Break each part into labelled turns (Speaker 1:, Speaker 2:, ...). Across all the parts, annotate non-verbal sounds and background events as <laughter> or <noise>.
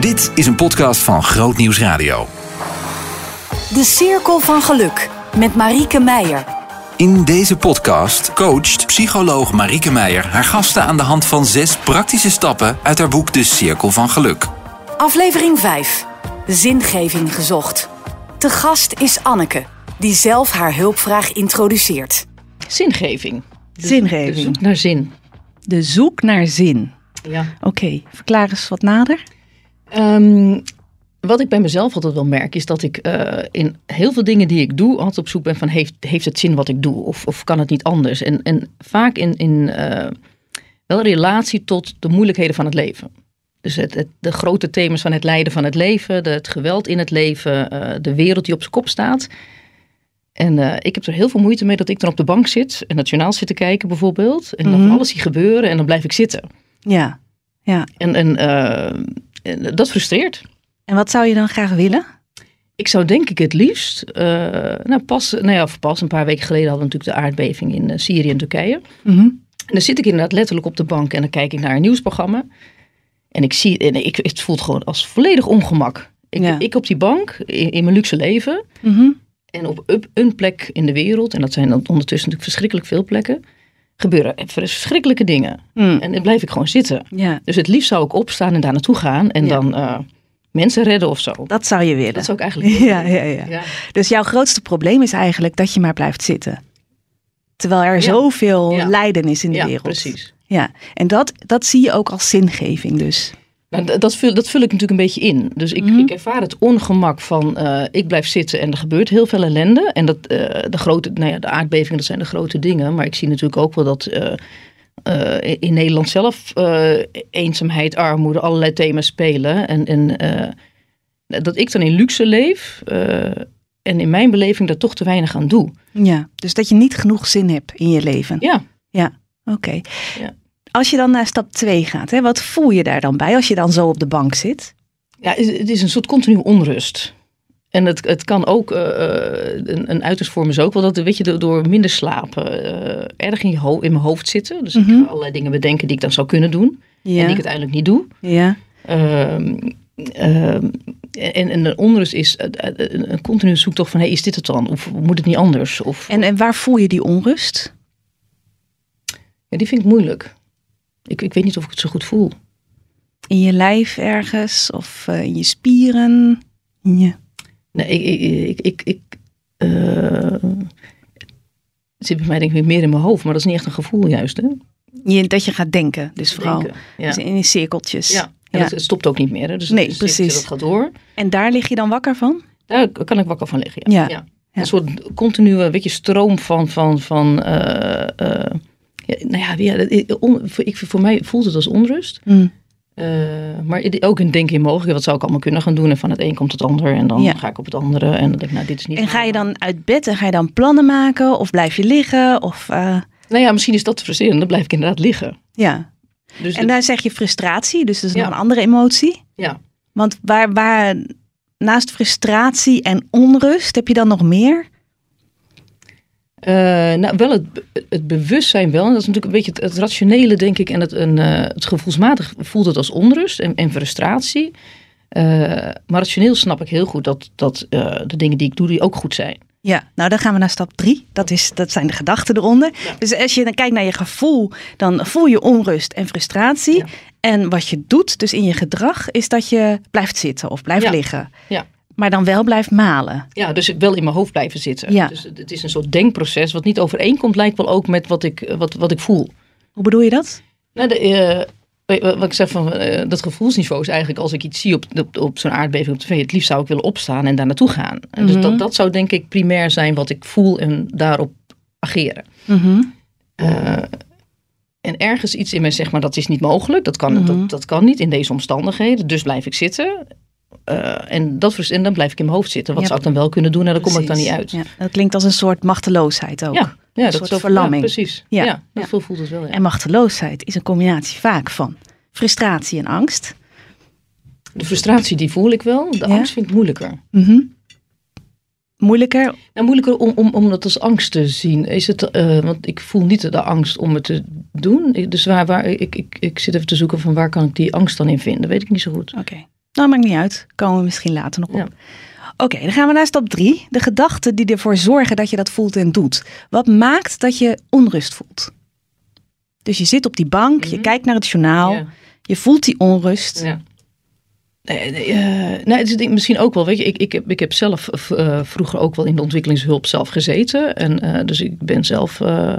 Speaker 1: Dit is een podcast van Groot Nieuws Radio.
Speaker 2: De Cirkel van Geluk met Marieke Meijer.
Speaker 1: In deze podcast coacht psycholoog Marieke Meijer haar gasten aan de hand van zes praktische stappen uit haar boek De Cirkel van Geluk.
Speaker 2: Aflevering 5. Zingeving gezocht. Te gast is Anneke, die zelf haar hulpvraag introduceert.
Speaker 3: Zingeving. De-
Speaker 4: Zingeving.
Speaker 3: de Dus zoek naar zin.
Speaker 4: De zoek naar zin.
Speaker 3: Ja.
Speaker 4: Oké, verklaar eens wat nader.
Speaker 3: Ehm, wat ik bij mezelf altijd wel merk, is dat ik eh, in heel veel dingen die ik doe, altijd op zoek ben van heeft, heeft het zin wat ik doe? Of, of kan het niet anders? En, en vaak in, in eh, wel relatie tot de moeilijkheden van het leven. Dus het, het- de grote thema's van het lijden van het leven, de, het geweld in het leven, eh, de wereld die op zijn kop staat. En eh, ik heb er heel veel moeite mee dat ik dan op de bank zit en het journaal zit te kijken bijvoorbeeld. En dan
Speaker 4: Mhm.
Speaker 3: van alles zie gebeuren en dan blijf ik zitten.
Speaker 4: Ja, ja.
Speaker 3: En, en, eh, en dat frustreert.
Speaker 4: En wat zou je dan graag willen?
Speaker 3: Ik zou denk ik het liefst, eh, nou pas, nou ja, of pas een paar weken geleden hadden we natuurlijk de aardbeving in eh, Syrië en Turkije. En dan zit ik inderdaad letterlijk op de bank en dan kijk ik naar een nieuwsprogramma. En ik zie, en ik, het voelt gewoon als volledig ongemak. Ik,
Speaker 4: Ja.
Speaker 3: ik op die bank, in, in mijn luxe leven
Speaker 4: Mhm.
Speaker 3: en op op een plek in de wereld, en dat zijn dan ondertussen natuurlijk verschrikkelijk veel plekken, gebeuren verschrikkelijke dingen.
Speaker 4: Mm.
Speaker 3: En dan blijf ik gewoon zitten.
Speaker 4: Ja,
Speaker 3: Dus het liefst zou ik opstaan en daar naartoe gaan en
Speaker 4: Ja.
Speaker 3: dan eh, mensen redden of zo.
Speaker 4: dat zou je <laughs> willen.
Speaker 3: Dat zou ik eigenlijk willen.
Speaker 4: ja, ja, ja.
Speaker 3: Ja.
Speaker 4: Dus jouw grootste probleem is eigenlijk dat je maar blijft zitten. Terwijl er
Speaker 3: Ja.
Speaker 4: zoveel
Speaker 3: Ja.
Speaker 4: lijden is in de
Speaker 3: Ja,
Speaker 4: wereld.
Speaker 3: precies.
Speaker 4: Ja, en dat, dat zie je ook als zingeving dus.
Speaker 3: Nou, d- dat, vul, dat vul ik natuurlijk een beetje in. Dus ik,
Speaker 4: Mhm.
Speaker 3: ik ervaar het ongemak van eh, ik blijf zitten en er gebeurt heel veel ellende. En dat, eh, de, grote, nou ja, de aardbevingen, dat zijn de grote dingen. Maar ik zie natuurlijk ook wel dat eh, eh, in Nederland zelf eh, eenzaamheid, armoede, allerlei thema's spelen. En, en eh, dat ik dan in luxe leef eh, en in mijn beleving daar toch te weinig aan doe.
Speaker 4: Ja, dus dat je niet genoeg zin hebt in je leven.
Speaker 3: Ja,
Speaker 4: Oké.
Speaker 3: Ja.
Speaker 4: Als je dan naar stap 2 gaat, hè, wat voel je daar dan bij als je dan zo op de bank zit?
Speaker 3: Ja, is- het is een soort continue onrust. En het, het kan ook, eh, eh, een, een uitingsvorm is ook wel dat, weet je, door- door minder slapen, eh, erg in, je ho- in mijn hoofd zitten. Dus ik
Speaker 4: Mhm.
Speaker 3: ga allerlei dingen bedenken die ik dan zou kunnen doen
Speaker 4: Ja.
Speaker 3: en die ik uiteindelijk niet doe.
Speaker 4: ja.
Speaker 3: Ehm, ehm, en, en de onrust is eh, eh, een continue zoektocht van, hey, is dit het dan? Of moet het niet anders? Of,
Speaker 4: En, en waar voel je die onrust?
Speaker 3: ja, die vind ik moeilijk. Ik, ik weet niet of ik het zo goed voel.
Speaker 4: In je lijf ergens of eh, in je spieren. In je-
Speaker 3: Nee, ik, ik, ik, ik, ik, eh, het zit bij mij denk ik meer in mijn hoofd, maar dat is niet echt een gevoel juist. Hè?
Speaker 4: je- dat je gaat denken, dus vooral.
Speaker 3: Denken, Ja.
Speaker 4: Dus in, in cirkeltjes.
Speaker 3: ja. En dat, het stopt ook niet meer. Hè? Dus het
Speaker 4: Nee,
Speaker 3: is- het-
Speaker 4: precies.
Speaker 3: Dat gaat door.
Speaker 4: En daar lig je dan wakker van?
Speaker 3: Daar kan ik wakker van liggen. Ja.
Speaker 4: Ja. Ja.
Speaker 3: Een soort continue weet je, stroom van. van, van eh, eh, ja, nou ja, ja, dat- on- voor, ik, voor mij voelt het als onrust. Eh, maar het- ook een denken in mogelijk. Wat zou ik allemaal kunnen gaan doen? En van het een komt het ander. En dan
Speaker 4: Ja.
Speaker 3: ga ik op het andere. En dan denk ik, nou, dit is niet.
Speaker 4: En ga je dan uit bed en ga je dan plannen maken? Of blijf je liggen? Of, eh,
Speaker 3: Nou ja, misschien is dat te frustrerend. Dan blijf ik inderdaad liggen.
Speaker 4: ja.
Speaker 3: Dus
Speaker 4: En
Speaker 3: dat-
Speaker 4: daar zeg je frustratie, dus dat is
Speaker 3: Ja.
Speaker 4: nog een andere emotie.
Speaker 3: ja.
Speaker 4: Want waar, waar naast frustratie en onrust heb je dan nog meer?
Speaker 3: Eh, nou, wel het, het bewustzijn wel. En dat is natuurlijk een beetje het, het rationele, denk ik. En het, en, eh, het gevoelsmatig voelt het als onrust en, en frustratie. Eh, maar rationeel snap ik heel goed dat, dat eh, de dingen die ik doe, die ook goed zijn.
Speaker 4: Ja, nou dan gaan we naar stap drie. Dat, is, dat zijn de gedachten eronder. Dus als je dan kijkt naar je gevoel, dan voel je onrust en frustratie.
Speaker 3: Ja.
Speaker 4: En wat je doet, dus in je gedrag, is dat je blijft zitten of blijft
Speaker 3: Ja.
Speaker 4: liggen.
Speaker 3: Ja.
Speaker 4: Maar dan wel blijft malen.
Speaker 3: Ja, dus ik wel in mijn hoofd blijven zitten.
Speaker 4: Ja.
Speaker 3: Dus het, het is een soort denkproces wat niet overeenkomt, lijkt wel ook met wat ik, wat, wat ik voel.
Speaker 4: Hoe bedoel je dat?
Speaker 3: Nou, de, eh, weet je wat wat ik zeg van eh, dat gevoelsniveau is eigenlijk als ik iets zie op, op, op zo'n aardbeving op tv, het liefst zou ik willen opstaan en daar naartoe gaan. En
Speaker 4: Mhm.
Speaker 3: Dus dat, dat zou denk ik primair zijn wat ik voel en daarop ageren. Mhm. Eh, en ergens iets in mij zegt, maar dat is niet mogelijk, dat
Speaker 4: Mhm.
Speaker 3: kan, dat, dat kan niet in deze omstandigheden, dus blijf ik zitten. Eh, en, dat, vers- en dan blijf ik in mijn hoofd zitten. Wat
Speaker 4: Ja,
Speaker 3: zou ik dan wel kunnen doen? En daar kom ik dan niet
Speaker 4: Precies.
Speaker 3: uit.
Speaker 4: Ja, dat klinkt als een soort machteloosheid ook.
Speaker 3: ja, ja,
Speaker 4: soort
Speaker 3: zo-
Speaker 4: verlamming.
Speaker 3: ja, precies. Ja,
Speaker 4: Ja.
Speaker 3: dat voelt voelt het wel. ja.
Speaker 4: En machteloosheid is een combinatie vaak van frustratie en angst.
Speaker 3: De frustratie die voel ik wel, de
Speaker 4: Ja?
Speaker 3: angst vind ik moeilijker.
Speaker 4: Mhm. Moeilijker.
Speaker 3: Nou, moeilijker om, om, om dat als angst te zien. Is het, eh, want ik voel niet de angst om het te doen. Ik- Dus waar, waar, ik, ik, ik zit even te zoeken van waar kan ik die angst dan in vinden. Weet ik niet zo goed.
Speaker 4: Oké. Nou, maakt niet uit. Komen we misschien later nog op.
Speaker 3: Ja.
Speaker 4: Oké, dan gaan we naar stap 3. De gedachten die ervoor zorgen dat je dat voelt en doet. Wat maakt dat je onrust voelt? Dus je zit op die bank, je kijkt naar het journaal,
Speaker 3: Ja.
Speaker 4: je voelt die onrust.
Speaker 3: Ja. Nee, nee, eh, nee, het is denk ik misschien ook wel, weet je, ik, ik, heb, ik heb zelf eh, vroeger ook wel in de ontwikkelingshulp zelf gezeten. En, eh, dus ik ben zelf eh,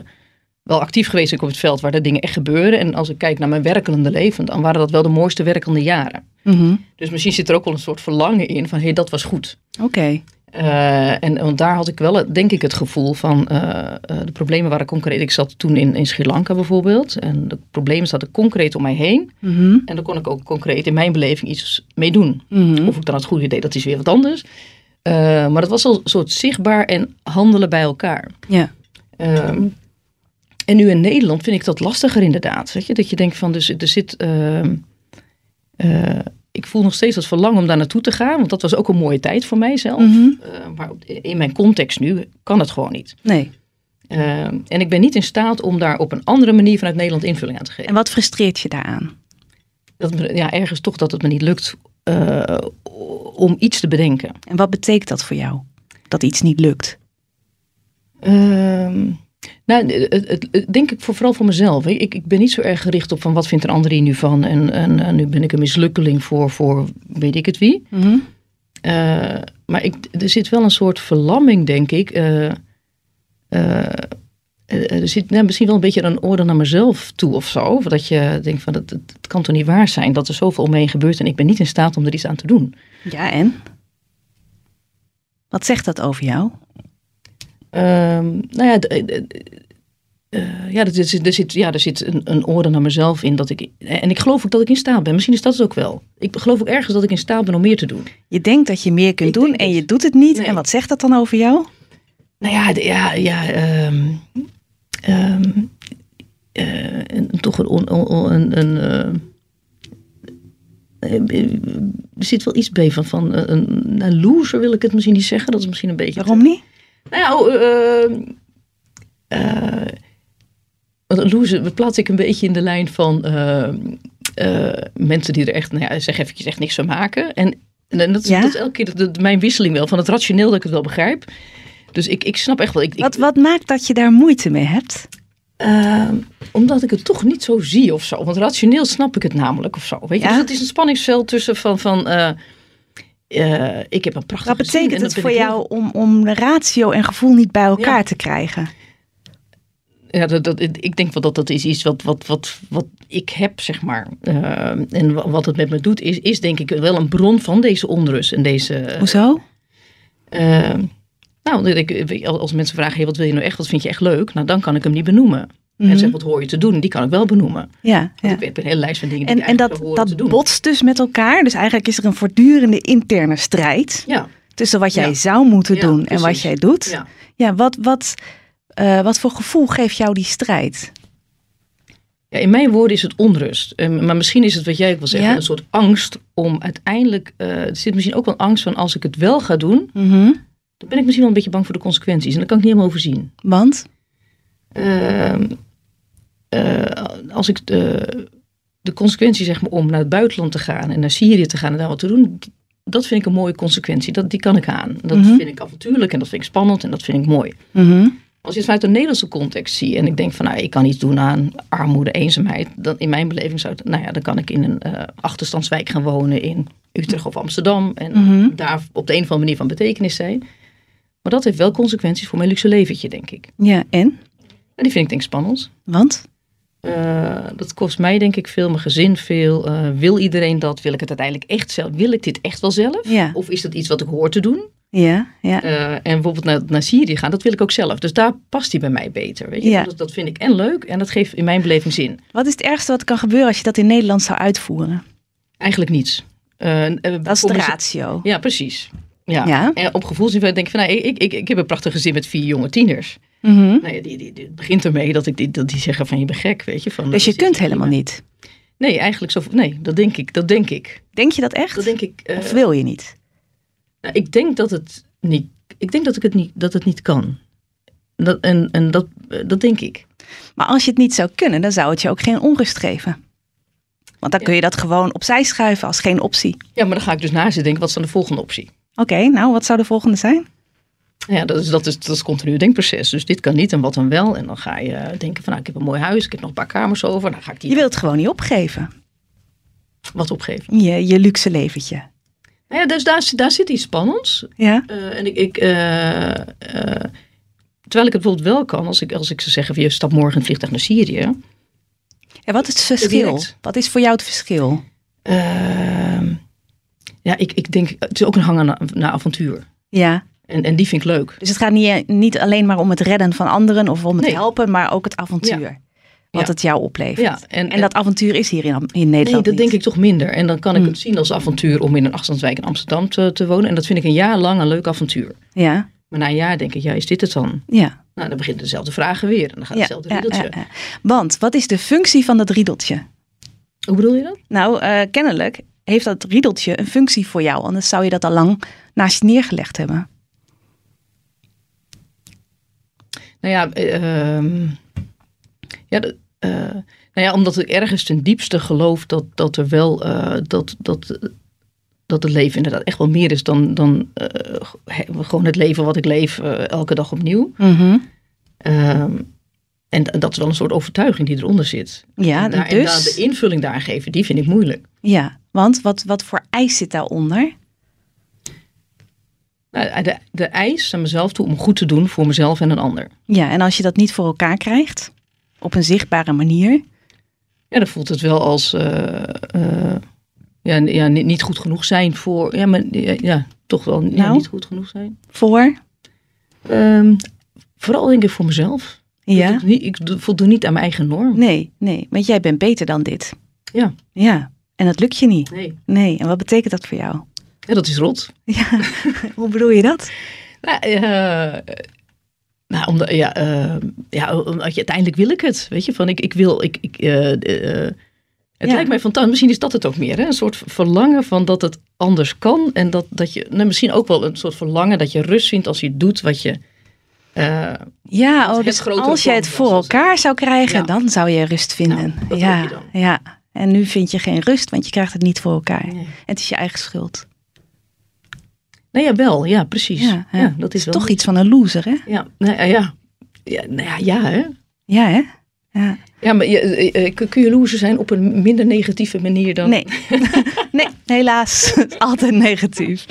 Speaker 3: wel actief geweest ook op het veld waar de dingen echt gebeuren. En als ik kijk naar mijn werkende leven, dan waren dat wel de mooiste werkende jaren.
Speaker 4: Mhm.
Speaker 3: Dus misschien zit er ook wel een soort verlangen in van, hé, hey, dat was goed.
Speaker 4: Oké,
Speaker 3: Eh, en want daar had ik wel, denk ik, het gevoel van eh, eh, de problemen waren concreet. Ik zat toen in, in Sri Lanka bijvoorbeeld. En de problemen zaten concreet om mij heen.
Speaker 4: Mhm.
Speaker 3: En daar kon ik ook concreet in mijn beleving iets mee doen.
Speaker 4: Mhm.
Speaker 3: Of ik dan het goede deed, dat is weer wat anders. Eh, maar dat was al een soort zichtbaar en handelen bij elkaar.
Speaker 4: ja.
Speaker 3: Ehm, en nu in Nederland vind ik dat lastiger inderdaad. Weet je? Dat je denkt van, dus, er zit... ehm, eh, ik voel nog steeds dat verlangen om daar naartoe te gaan. Want dat was ook een mooie tijd voor mijzelf.
Speaker 4: Mhm.
Speaker 3: Eh, maar op- in mijn context nu kan het gewoon niet.
Speaker 4: Nee.
Speaker 3: Ehm, en ik ben niet in staat om daar op een andere manier vanuit Nederland invulling aan te geven.
Speaker 4: En wat frustreert je daaraan?
Speaker 3: Dat, me- ja, ergens toch dat het me niet lukt eh, om iets te bedenken.
Speaker 4: En wat betekent dat voor jou? Dat iets niet lukt?
Speaker 3: Ehm, nou, het, het- het- denk ik voor, vooral voor mezelf. Ik, ik- ik ben niet zo erg gericht op van wat vindt een ander hier nu van. En, en, eh, nu ben ik een mislukkeling voor, voor weet ik het wie. Eh, maar ik, er zit wel een soort verlamming, denk ik. Eh, eh, eh, er zit nou, misschien wel een beetje een oordeel naar mezelf toe of zo. Of Dat je denkt van het, het, het kan toch niet waar zijn dat er zoveel om me heen gebeurt. En ik ben niet in staat om er iets aan te doen.
Speaker 4: Ja, en? Wat zegt dat over jou?
Speaker 3: Ehm, nou ja, d- eh, eh, ja, er zit, er zit, ja, er zit een, een oordeel naar mezelf in. Dat ik, en ik geloof ook dat ik in staat ben. Misschien is dat het ook wel. Ik geloof ook ergens dat ik in staat ben om meer te doen.
Speaker 4: Je denkt dat je meer kunt
Speaker 3: Ik
Speaker 4: doen
Speaker 3: denk
Speaker 4: en
Speaker 3: het.
Speaker 4: je doet het niet.
Speaker 3: Nee.
Speaker 4: En wat zegt dat dan over jou?
Speaker 3: Nou ja, d- ja, ja ehm, ehm, eh, en toch een... on- on- on- een, een eh, eh, er zit wel iets bij van, van eh, een, een loser wil ik het misschien niet zeggen. Dat is misschien een beetje... te-
Speaker 4: Waarom niet?
Speaker 3: Nou, ja, eh, eh, want een loser plaats ik een beetje in de lijn van eh, eh, mensen die er echt, nou ja, zeg eventjes echt niks van maken. En, en, dat, is-
Speaker 4: Ja?
Speaker 3: dat is elke keer de- de- mijn wisseling wel, van het rationeel dat ik het wel begrijp. Dus ik, ik snap echt wel, ik, ik-
Speaker 4: Wat, wat maakt dat je daar moeite mee hebt?
Speaker 3: eh, omdat ik het toch niet zo zie of zo. Want rationeel snap ik het namelijk of zo. Weet je?
Speaker 4: Ja?
Speaker 3: Dus het is een spanningsveld tussen van, van eh, eh, ik heb een prachtig
Speaker 4: Wat
Speaker 3: gezin en
Speaker 4: betekent
Speaker 3: dat
Speaker 4: het
Speaker 3: ben
Speaker 4: voor
Speaker 3: ik heel
Speaker 4: jou om, om de ratio en gevoel niet bij elkaar
Speaker 3: Ja. Eh,
Speaker 4: te krijgen?
Speaker 3: Ja, dat, dat, ik denk wel dat dat is iets wat, wat, wat, wat ik heb, zeg maar. Eh, en wa- wat het met me doet, is, is denk ik wel een bron van deze onrust. En deze,
Speaker 4: Hoezo?
Speaker 3: eh, nou, dat ik, weet je, als mensen vragen, hey, wat wil je nou echt, wat vind je echt leuk? Nou, dan kan ik hem niet benoemen.
Speaker 4: Mhm.
Speaker 3: En zeg, wat hoor je te doen? Die kan ik wel benoemen.
Speaker 4: Ja, ja.
Speaker 3: Want ik heb een hele lijst van dingen die
Speaker 4: En, en
Speaker 3: ik eigenlijk
Speaker 4: dat,
Speaker 3: zou horen
Speaker 4: dat
Speaker 3: te doen.
Speaker 4: botst dus met elkaar. Dus eigenlijk is er een voortdurende interne strijd
Speaker 3: Ja,
Speaker 4: tussen wat jij
Speaker 3: Ja.
Speaker 4: zou moeten
Speaker 3: Ja,
Speaker 4: doen en wat
Speaker 3: precies.
Speaker 4: jij doet. Ja,
Speaker 3: ja.
Speaker 4: wat, wat, eh, wat voor gevoel geeft jou die strijd?
Speaker 3: Ja, in mijn woorden is het onrust. Um, maar misschien is het wat jij ook wil zeggen,
Speaker 4: Ja.
Speaker 3: een soort angst om uiteindelijk... eh, er zit misschien ook wel angst van, als ik het wel ga doen,
Speaker 4: Mhm.
Speaker 3: dan ben ik misschien wel een beetje bang voor de consequenties. En dat kan ik niet helemaal overzien.
Speaker 4: Want?
Speaker 3: Ehm, eh, als ik de, de consequentie zeg maar om naar het buitenland te gaan en naar Syrië te gaan en daar wat te doen, d- dat vind ik een mooie consequentie. Dat, die kan ik aan. Dat
Speaker 4: Mhm.
Speaker 3: vind ik avontuurlijk en dat vind ik spannend en dat vind ik mooi.
Speaker 4: Mhm.
Speaker 3: Als je het vanuit een Nederlandse context ziet en ik denk van nou, ik kan iets doen aan armoede, eenzaamheid, dan in mijn beleving zou het, nou ja, dan kan ik in een eh, achterstandswijk gaan wonen in Utrecht of Amsterdam en
Speaker 4: Mhm.
Speaker 3: daar op de een of andere manier van betekenis zijn. Maar dat heeft wel consequenties voor mijn luxe leventje, denk ik.
Speaker 4: Ja, en?
Speaker 3: En die vind ik denk ik spannend.
Speaker 4: Want?
Speaker 3: Eh, dat kost mij denk ik veel, mijn gezin veel. Eh, wil iedereen dat? Wil ik het uiteindelijk echt zelf? Wil ik dit echt wel zelf?
Speaker 4: Ja.
Speaker 3: Of is dat iets wat ik hoor te doen?
Speaker 4: Ja, ja.
Speaker 3: Eh, en bijvoorbeeld naar, naar Syrië gaan, dat wil ik ook zelf. Dus daar past hij bij mij beter. Weet je? Dus
Speaker 4: Ja.
Speaker 3: Dat, dat vind ik en leuk en dat geeft in mijn beleving zin.
Speaker 4: Wat is het ergste wat kan gebeuren als je dat in Nederland zou uitvoeren?
Speaker 3: Eigenlijk niets. Eh, eh,
Speaker 4: Dat is
Speaker 3: voor
Speaker 4: de
Speaker 3: mezelf-
Speaker 4: ratio.
Speaker 3: Ja, precies. Ja.
Speaker 4: Ja.
Speaker 3: En op gevoelsniveau denk ik van, nou, ik, ik, ik heb een prachtig gezin met vier jonge tieners.
Speaker 4: Mhm.
Speaker 3: Nou ja, die, die, die- het begint ermee dat, ik, die, dat die zeggen van, je bent gek, weet je. Van,
Speaker 4: Dus je
Speaker 3: dat is-
Speaker 4: kunt helemaal niet.
Speaker 3: Nee, eigenlijk zo, nee, dat denk ik, dat denk ik.
Speaker 4: Denk je dat echt?
Speaker 3: Dat denk ik. eh,
Speaker 4: Of wil je niet?
Speaker 3: nou, ik denk dat het niet. Ik denk dat ik het niet, dat het niet kan. Dat, en en dat, eh, dat denk ik.
Speaker 4: Maar als je het niet zou kunnen, dan zou het je ook geen onrust geven. Want dan kun je dat gewoon opzij schuiven als geen optie.
Speaker 3: Ja, maar dan ga ik dus na zitten denken, wat is dan de volgende optie?
Speaker 4: Oké, nou, wat zou de volgende zijn?
Speaker 3: Ja, dat is, dat is, dat is continu het denkproces. Dus dit kan niet en wat dan wel. En dan ga je eh, denken van, nou, ik heb een mooi huis, ik heb nog een paar kamers over. Nou, Dan ga ik
Speaker 4: Je
Speaker 3: die
Speaker 4: wilt het gewoon niet opgeven.
Speaker 3: wat opgeven.
Speaker 4: Je, je luxe leventje.
Speaker 3: Nou ja, dus daar, daar zit iets spannends.
Speaker 4: Ja,
Speaker 3: Eh, en ik, ik eh, eh, terwijl ik het bijvoorbeeld wel kan, als ik, als ik ze zeggen, van, je stapt morgen een vliegtuig naar Syrië.
Speaker 4: en wat is het verschil?
Speaker 3: Direct.
Speaker 4: Wat is voor jou het verschil?
Speaker 3: Ehm, ja, ik, ik denk, het is ook een hang naar, naar avontuur.
Speaker 4: Ja,
Speaker 3: En, en die vind ik leuk.
Speaker 4: dus het gaat niet, niet alleen maar om het redden van anderen of om het
Speaker 3: Nee.
Speaker 4: helpen, maar ook het avontuur. Wat
Speaker 3: Ja.
Speaker 4: het jou oplevert.
Speaker 3: Ja, en,
Speaker 4: En dat avontuur is hier in, in
Speaker 3: nee,
Speaker 4: Nederland
Speaker 3: dat denk
Speaker 4: niet.
Speaker 3: ik toch minder. En dan kan ik
Speaker 4: Hmm.
Speaker 3: het zien als avontuur om in een afstandswijk in Amsterdam te, te wonen. En dat vind ik een jaar lang een leuk avontuur.
Speaker 4: Ja,
Speaker 3: Maar na een jaar denk ik, ja, is dit het dan?
Speaker 4: ja.
Speaker 3: Nou, dan beginnen dezelfde vragen weer. En dan gaat
Speaker 4: ja,
Speaker 3: hetzelfde
Speaker 4: ja,
Speaker 3: riedeltje.
Speaker 4: ja, ja. Want wat is de functie van dat riedeltje?
Speaker 3: Hoe bedoel je dat?
Speaker 4: Nou, eh, kennelijk heeft dat riedeltje een functie voor jou. Anders zou je dat al lang naast je neergelegd hebben.
Speaker 3: Nou ja, eh, ehm, ja, dat, eh, nou ja, omdat ik ergens ten diepste geloof dat, dat er wel eh, dat, dat, dat het leven inderdaad echt wel meer is dan, dan eh, he- gewoon het leven wat ik leef eh, elke dag opnieuw. Ehm, en d- dat is wel een soort overtuiging die eronder zit.
Speaker 4: Ja,
Speaker 3: en daar, Nou, en daar
Speaker 4: dus.
Speaker 3: de invulling daar aan geven, die vind ik moeilijk.
Speaker 4: Ja, want wat, wat voor eis zit daaronder?
Speaker 3: Nou, de, de eis aan mezelf toe om goed te doen voor mezelf en een ander.
Speaker 4: Ja, en als je dat niet voor elkaar krijgt, op een zichtbare manier.
Speaker 3: Ja, dan voelt het wel als eh, eh, ja, n- ja, ni- niet goed genoeg zijn voor. Ja, maar ja, ja, toch wel ja,
Speaker 4: Nou?
Speaker 3: niet goed genoeg zijn.
Speaker 4: Voor.
Speaker 3: Ehm, vooral denk ik voor mezelf. Ik,
Speaker 4: Ja.
Speaker 3: doe niet, ik do- voldoe niet aan mijn eigen norm.
Speaker 4: Nee, nee, want jij bent beter dan dit.
Speaker 3: Ja.
Speaker 4: Ja, en dat lukt je niet.
Speaker 3: Nee.
Speaker 4: Nee, en wat betekent dat voor jou?
Speaker 3: Ja, dat is rot.
Speaker 4: Ja, hoe bedoel je dat?
Speaker 3: Nou, eh, nou, omdat, ja, eh, ja, omdat je, uiteindelijk wil ik het. Weet je, van ik, ik wil. Ik, ik, eh, eh, het
Speaker 4: Ja.
Speaker 3: lijkt mij fantastisch. Misschien is dat het ook meer. Hè? Een soort verlangen van dat het anders kan. En dat, dat je. Nou, misschien ook wel een soort verlangen dat je rust vindt als je doet wat je. eh,
Speaker 4: Ja,
Speaker 3: Dat
Speaker 4: oh,
Speaker 3: het
Speaker 4: dus
Speaker 3: grotere
Speaker 4: als je
Speaker 3: plan
Speaker 4: het
Speaker 3: was,
Speaker 4: voor
Speaker 3: als het-
Speaker 4: elkaar zou krijgen,
Speaker 3: Ja.
Speaker 4: dan zou je rust vinden.
Speaker 3: Nou, dat
Speaker 4: ja,
Speaker 3: hoop je dan.
Speaker 4: ja. En nu vind je geen rust, want je krijgt het niet voor elkaar.
Speaker 3: Nee.
Speaker 4: Het is je eigen schuld.
Speaker 3: nou ja, wel. Ja, precies. Ja,
Speaker 4: Ja, ja.
Speaker 3: dat is wel.
Speaker 4: Toch iets van een loser, hè?
Speaker 3: Ja, nou, ja, ja. Ja, nou ja, ja, hè.
Speaker 4: Ja, hè? Ja.
Speaker 3: Ja, maar je, eh, eh, kun- kun je loser zijn op een minder negatieve manier dan...
Speaker 4: Nee. <laughs> nee, helaas. <laughs> Het is altijd negatief.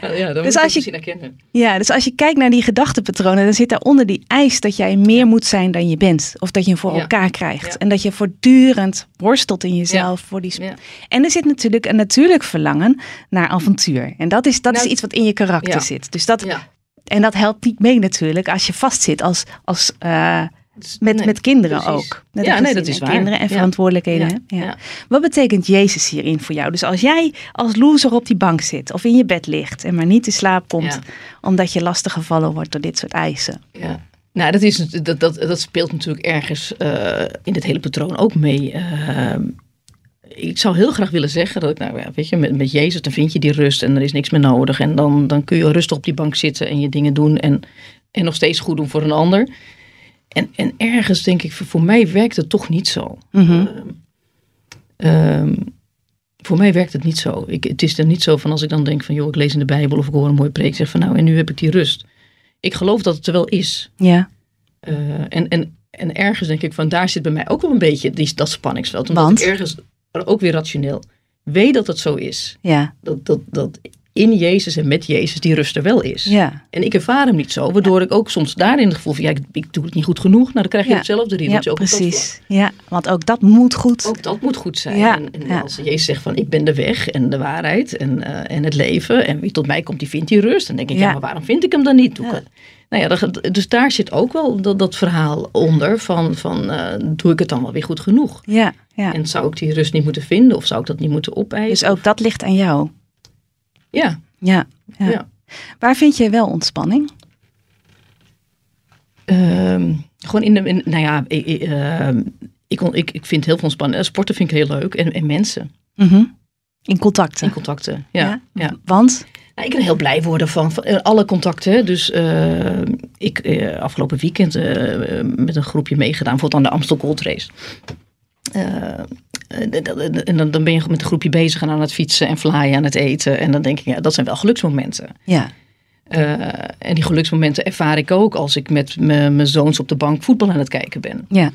Speaker 3: Ja, dan
Speaker 4: Dus
Speaker 3: moet je
Speaker 4: als je-
Speaker 3: misschien herkennen.
Speaker 4: Ja, dus als je kijkt naar die gedachtepatronen, dan zit daaronder die eis dat jij meer moet zijn dan je bent. Of dat je hem voor
Speaker 3: Ja.
Speaker 4: elkaar krijgt.
Speaker 3: Ja.
Speaker 4: En dat je voortdurend worstelt in jezelf. Voor die sp-
Speaker 3: Ja.
Speaker 4: En er zit natuurlijk een natuurlijk verlangen naar avontuur. En dat is, dat
Speaker 3: Nou,
Speaker 4: is iets wat in je karakter
Speaker 3: ja.
Speaker 4: zit. Dus dat,
Speaker 3: Ja.
Speaker 4: En dat helpt niet mee natuurlijk als je vastzit als, als, eh, met,
Speaker 3: Nee,
Speaker 4: met kinderen
Speaker 3: precies.
Speaker 4: ook. Met
Speaker 3: Ja,
Speaker 4: een
Speaker 3: nee,
Speaker 4: gezin
Speaker 3: dat is
Speaker 4: en
Speaker 3: waar.
Speaker 4: Kinderen en
Speaker 3: Ja.
Speaker 4: verantwoordelijkheden.
Speaker 3: Ja,
Speaker 4: hè? Ja.
Speaker 3: ja.
Speaker 4: Wat betekent Jezus hierin voor jou? Dus als jij als loser op die bank zit of in je bed ligt en maar niet in slaap komt
Speaker 3: Ja.
Speaker 4: omdat je lastig gevallen wordt door dit soort eisen.
Speaker 3: Ja. Nou, dat, is, dat, dat, dat speelt natuurlijk ergens eh, in het hele patroon ook mee. Eh, ik zou heel graag willen zeggen dat ik, nou ja, weet je, met, met Jezus dan vind je die rust en er is niks meer nodig. En dan, dan kun je rustig op die bank zitten en je dingen doen en, en nog steeds goed doen voor een ander. En, en ergens denk ik, voor, voor mij werkt het toch niet zo.
Speaker 4: Mhm.
Speaker 3: Ehm, voor mij werkt het niet zo. Ik, het is er niet zo van als ik dan denk van, joh, ik lees in de Bijbel of ik hoor een mooie preek. Zeg van, nou, en nu heb ik die rust. Ik geloof dat het er wel is.
Speaker 4: Ja,
Speaker 3: Eh, en, en, en ergens denk ik van daar zit bij mij ook wel een beetje die, dat spanningsveld. Omdat
Speaker 4: Want?
Speaker 3: ik ergens ook weer rationeel weet dat het zo is.
Speaker 4: ja,
Speaker 3: Dat, dat, dat in Jezus en met Jezus die rust er wel is.
Speaker 4: ja.
Speaker 3: En ik ervaar hem niet zo, waardoor ik ook soms daarin het gevoel van ja, ik, ik doe het niet goed genoeg. Nou, dan krijg je
Speaker 4: Ja.
Speaker 3: hetzelfde
Speaker 4: Ja,
Speaker 3: riedeltje ook op dat vlak.
Speaker 4: precies. Ja, want ook dat moet goed.
Speaker 3: Ook dat moet goed zijn.
Speaker 4: Ja,
Speaker 3: En, en
Speaker 4: ja.
Speaker 3: als Jezus zegt van ik ben de weg en de waarheid en, eh, en het leven. En wie tot mij komt, die vindt die rust. Dan denk ik, ja,
Speaker 4: Ja.
Speaker 3: maar waarom vind ik hem dan niet? Doe ik
Speaker 4: Ja.
Speaker 3: het- Nou ja, dat- dus daar zit ook wel dat, dat verhaal onder van, van eh, doe ik het dan wel weer goed genoeg?
Speaker 4: Ja, ja.
Speaker 3: En zou ik die rust niet moeten vinden of zou ik dat niet moeten
Speaker 4: Dus
Speaker 3: opeisen?
Speaker 4: ook dat ligt aan jou.
Speaker 3: ja,
Speaker 4: Ja, Dus- ja.
Speaker 3: ja.
Speaker 4: Waar vind je wel ontspanning?
Speaker 3: Ehm, gewoon in de, in- nou ja, ik, ik, ehm, ik, on- ik, ik vind heel veel ontspannen. Sporten vind ik heel leuk en, en mensen
Speaker 4: Mhm. In contacten.
Speaker 3: in contacten. Ja, ja.
Speaker 4: Want?
Speaker 3: Nou, ik kan er heel blij worden van, van, eh, alle contacten. hè. Dus eh, ik eh, afgelopen weekend eh, eh, met een groepje meegedaan, bijvoorbeeld aan de Amstel Gold Race. eh, eh, dat- dat- en dan, dan ben je met een groepje bezig en aan het fietsen en flyen aan het eten. En dan denk ik, ja, dat zijn wel geluksmomenten.
Speaker 4: Ja.
Speaker 3: Eh, en die geluksmomenten ervaar ik ook als ik met me- mijn zoons op de bank voetbal aan het kijken ben.
Speaker 4: Ja.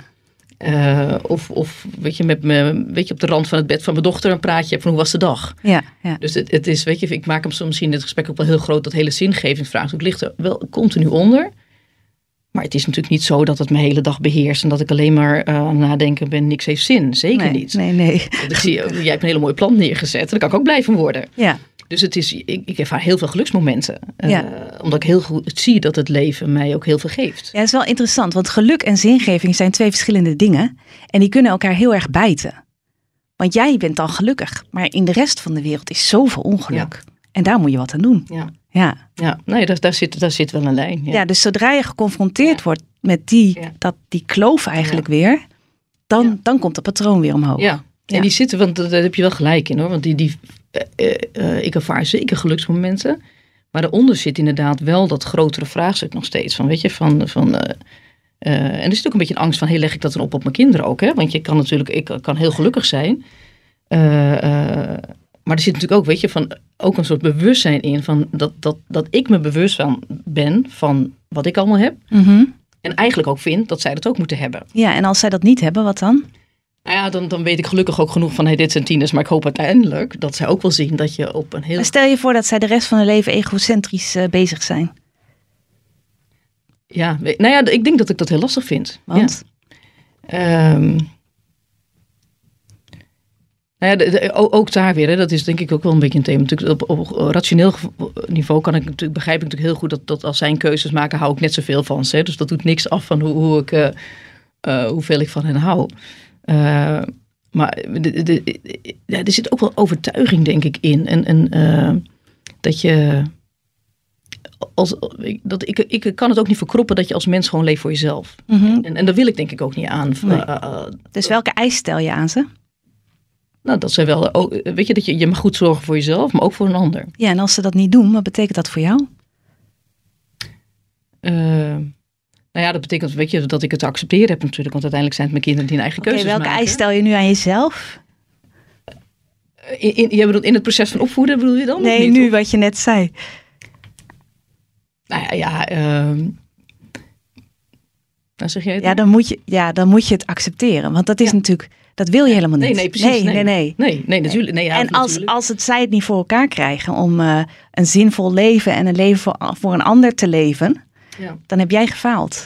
Speaker 3: Eh, of of weet, je, met me, weet je, op de rand van het bed van mijn dochter een praatje heb van hoe was de dag.
Speaker 4: Ja. Ja.
Speaker 3: Dus het, het is, weet je, ik maak hem soms in het gesprek ook wel heel groot, dat hele zingevingsvraagstuk ligt er wel continu onder. Maar het is natuurlijk niet zo dat het mijn hele dag beheerst en dat ik alleen maar eh, aan het nadenken ben, niks heeft zin. Zeker
Speaker 4: Nee,
Speaker 3: niet.
Speaker 4: nee, nee.
Speaker 3: Want ik zie, eh, jij hebt een hele mooi plan neergezet, daar kan ik ook blij van worden.
Speaker 4: Ja.
Speaker 3: Dus het is, ik, ik ervaar heel veel geluksmomenten. Eh,
Speaker 4: Ja.
Speaker 3: Omdat ik heel goed zie dat het leven mij ook heel veel geeft.
Speaker 4: Ja, dat is wel interessant, want geluk en zingeving zijn twee verschillende dingen. En die kunnen elkaar heel erg bijten. Want jij bent dan gelukkig, maar in de rest van de wereld is zoveel ongeluk. En daar moet je wat aan doen.
Speaker 3: Ja,
Speaker 4: Ja.
Speaker 3: ja. nee, daar, daar, zit, daar zit wel een lijn.
Speaker 4: Ja.
Speaker 3: Ja.
Speaker 4: dus zodra je geconfronteerd wordt met die,
Speaker 3: Ja.
Speaker 4: dat, die kloof eigenlijk weer, dan,
Speaker 3: Ja.
Speaker 4: dan komt dat patroon weer omhoog.
Speaker 3: Ja. En
Speaker 4: Ja.
Speaker 3: die zitten, want daar daar heb je wel gelijk in hoor. Want die, die, eh, eh, eh, ik ervaar zeker geluksmomenten. Maar daaronder zit inderdaad wel dat grotere vraagstuk nog steeds. Van, weet je, van, van, eh, eh, en er zit ook een beetje een angst van, hey, leg ik dat dan op op mijn kinderen ook? Hè? Want je kan natuurlijk, ik kan heel gelukkig zijn. Eh, eh, maar er zit natuurlijk ook, weet je, van, ook een soort bewustzijn in. Van dat, dat, dat ik me bewust van ben van wat ik allemaal heb.
Speaker 4: Mhm.
Speaker 3: En eigenlijk ook vind dat zij dat ook moeten hebben.
Speaker 4: ja, en als zij dat niet hebben, wat dan?
Speaker 3: Nou ja, dan, dan weet ik gelukkig ook genoeg van hey, dit zijn tieners. Maar ik hoop uiteindelijk dat zij ook wel zien dat je op een heel...
Speaker 4: Maar Stel je voor dat zij de rest van hun leven egocentrisch eh, bezig zijn.
Speaker 3: Ja, we- nou ja, ik denk dat ik dat heel lastig vind.
Speaker 4: Want
Speaker 3: Ja. Ehm, nou ja, de- de- o- ook daar weer, hè, dat is denk ik ook wel een beetje een thema. Natuurlijk, op, op rationeel gevo- niveau kan ik natuurlijk, begrijp ik natuurlijk heel goed dat, dat als zij keuzes maken, hou ik net zoveel van ze. hè. Dus dat doet niks af van hoe, hoe ik, eh, eh, hoeveel ik van hen hou. Eh, maar de- de- de- ja, er zit ook wel overtuiging, denk ik, in. En, en eh, dat je. Als, dat, ik, ik kan het ook niet verkroppen dat je als mens gewoon leeft voor jezelf.
Speaker 4: Mhm.
Speaker 3: En, en daar wil ik denk ik ook niet aan.
Speaker 4: Nee.
Speaker 3: Eh, eh,
Speaker 4: Dus welke eis stel je aan ze?
Speaker 3: nou, dat zijn wel. Ook, weet je, dat je, je mag goed zorgen voor jezelf, maar ook voor een ander.
Speaker 4: Ja, en als ze dat niet doen, wat betekent dat voor jou?
Speaker 3: Eh, nou ja, dat betekent weet je, dat ik het te accepteren heb natuurlijk. Want uiteindelijk zijn het mijn kinderen die hun eigen
Speaker 4: Oké,
Speaker 3: keuzes
Speaker 4: welke
Speaker 3: maken.
Speaker 4: eis stel je nu aan jezelf?
Speaker 3: In, in, jij bedoelt in het proces van opvoeden bedoel je dan? of
Speaker 4: Nee,
Speaker 3: niet?
Speaker 4: nu wat je net zei.
Speaker 3: Nou ja, ja ehm, nou zeg jij het
Speaker 4: Ja, dan moet je, ja, dan moet je het accepteren. Want dat is
Speaker 3: Ja.
Speaker 4: natuurlijk, dat wil je helemaal niet.
Speaker 3: Nee, nee, precies.
Speaker 4: Nee, nee, nee.
Speaker 3: Nee, nee, natuurlijk. Nee, ja,
Speaker 4: en als,
Speaker 3: natuurlijk.
Speaker 4: als het zij het niet voor elkaar krijgen om eh, een zinvol leven en een leven voor, voor een ander te leven,
Speaker 3: Ja.
Speaker 4: dan heb jij gefaald.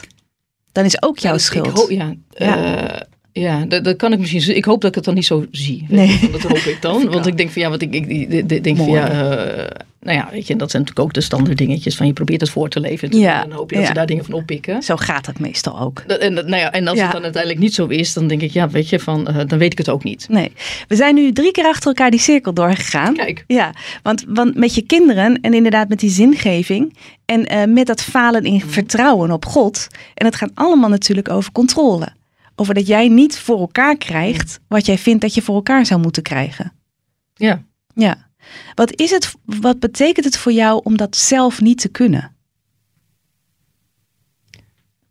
Speaker 4: Dan is ook jouw
Speaker 3: Ja,
Speaker 4: schuld.
Speaker 3: Ik hoop, ja,
Speaker 4: Ja.
Speaker 3: Eh, ja dat, dat kan ik misschien. z- Ik hoop dat ik het dan niet zo zie. weet
Speaker 4: Nee.
Speaker 3: je, Dat hoop ik
Speaker 4: <laughs>
Speaker 3: dan. Want ik denk van ja, wat ik, ik ik- ik denk van
Speaker 4: Mooi.
Speaker 3: ja. eh, nou ja, weet je, en dat zijn natuurlijk ook de standaard dingetjes van je probeert het voor te leven. natuurlijk,
Speaker 4: Ja,
Speaker 3: En dan hoop je dat
Speaker 4: ja.
Speaker 3: ze daar dingen van oppikken.
Speaker 4: Zo gaat het meestal ook.
Speaker 3: Dat- En, dat- nou ja, en als
Speaker 4: Ja.
Speaker 3: het dan uiteindelijk niet zo is, dan denk ik ja, weet je, van, eh, dan weet ik het ook niet.
Speaker 4: Nee, we zijn nu drie keer achter elkaar die cirkel doorgegaan.
Speaker 3: Kijk.
Speaker 4: Ja, want, want met je kinderen en inderdaad met die zingeving en eh, met dat falen in vertrouwen op God. En het gaat allemaal natuurlijk over controle. Over dat jij niet voor elkaar krijgt wat jij vindt dat je voor elkaar zou moeten krijgen.
Speaker 3: Ja.
Speaker 4: Ja. Wat, is het, wat betekent het voor jou om dat zelf niet te kunnen?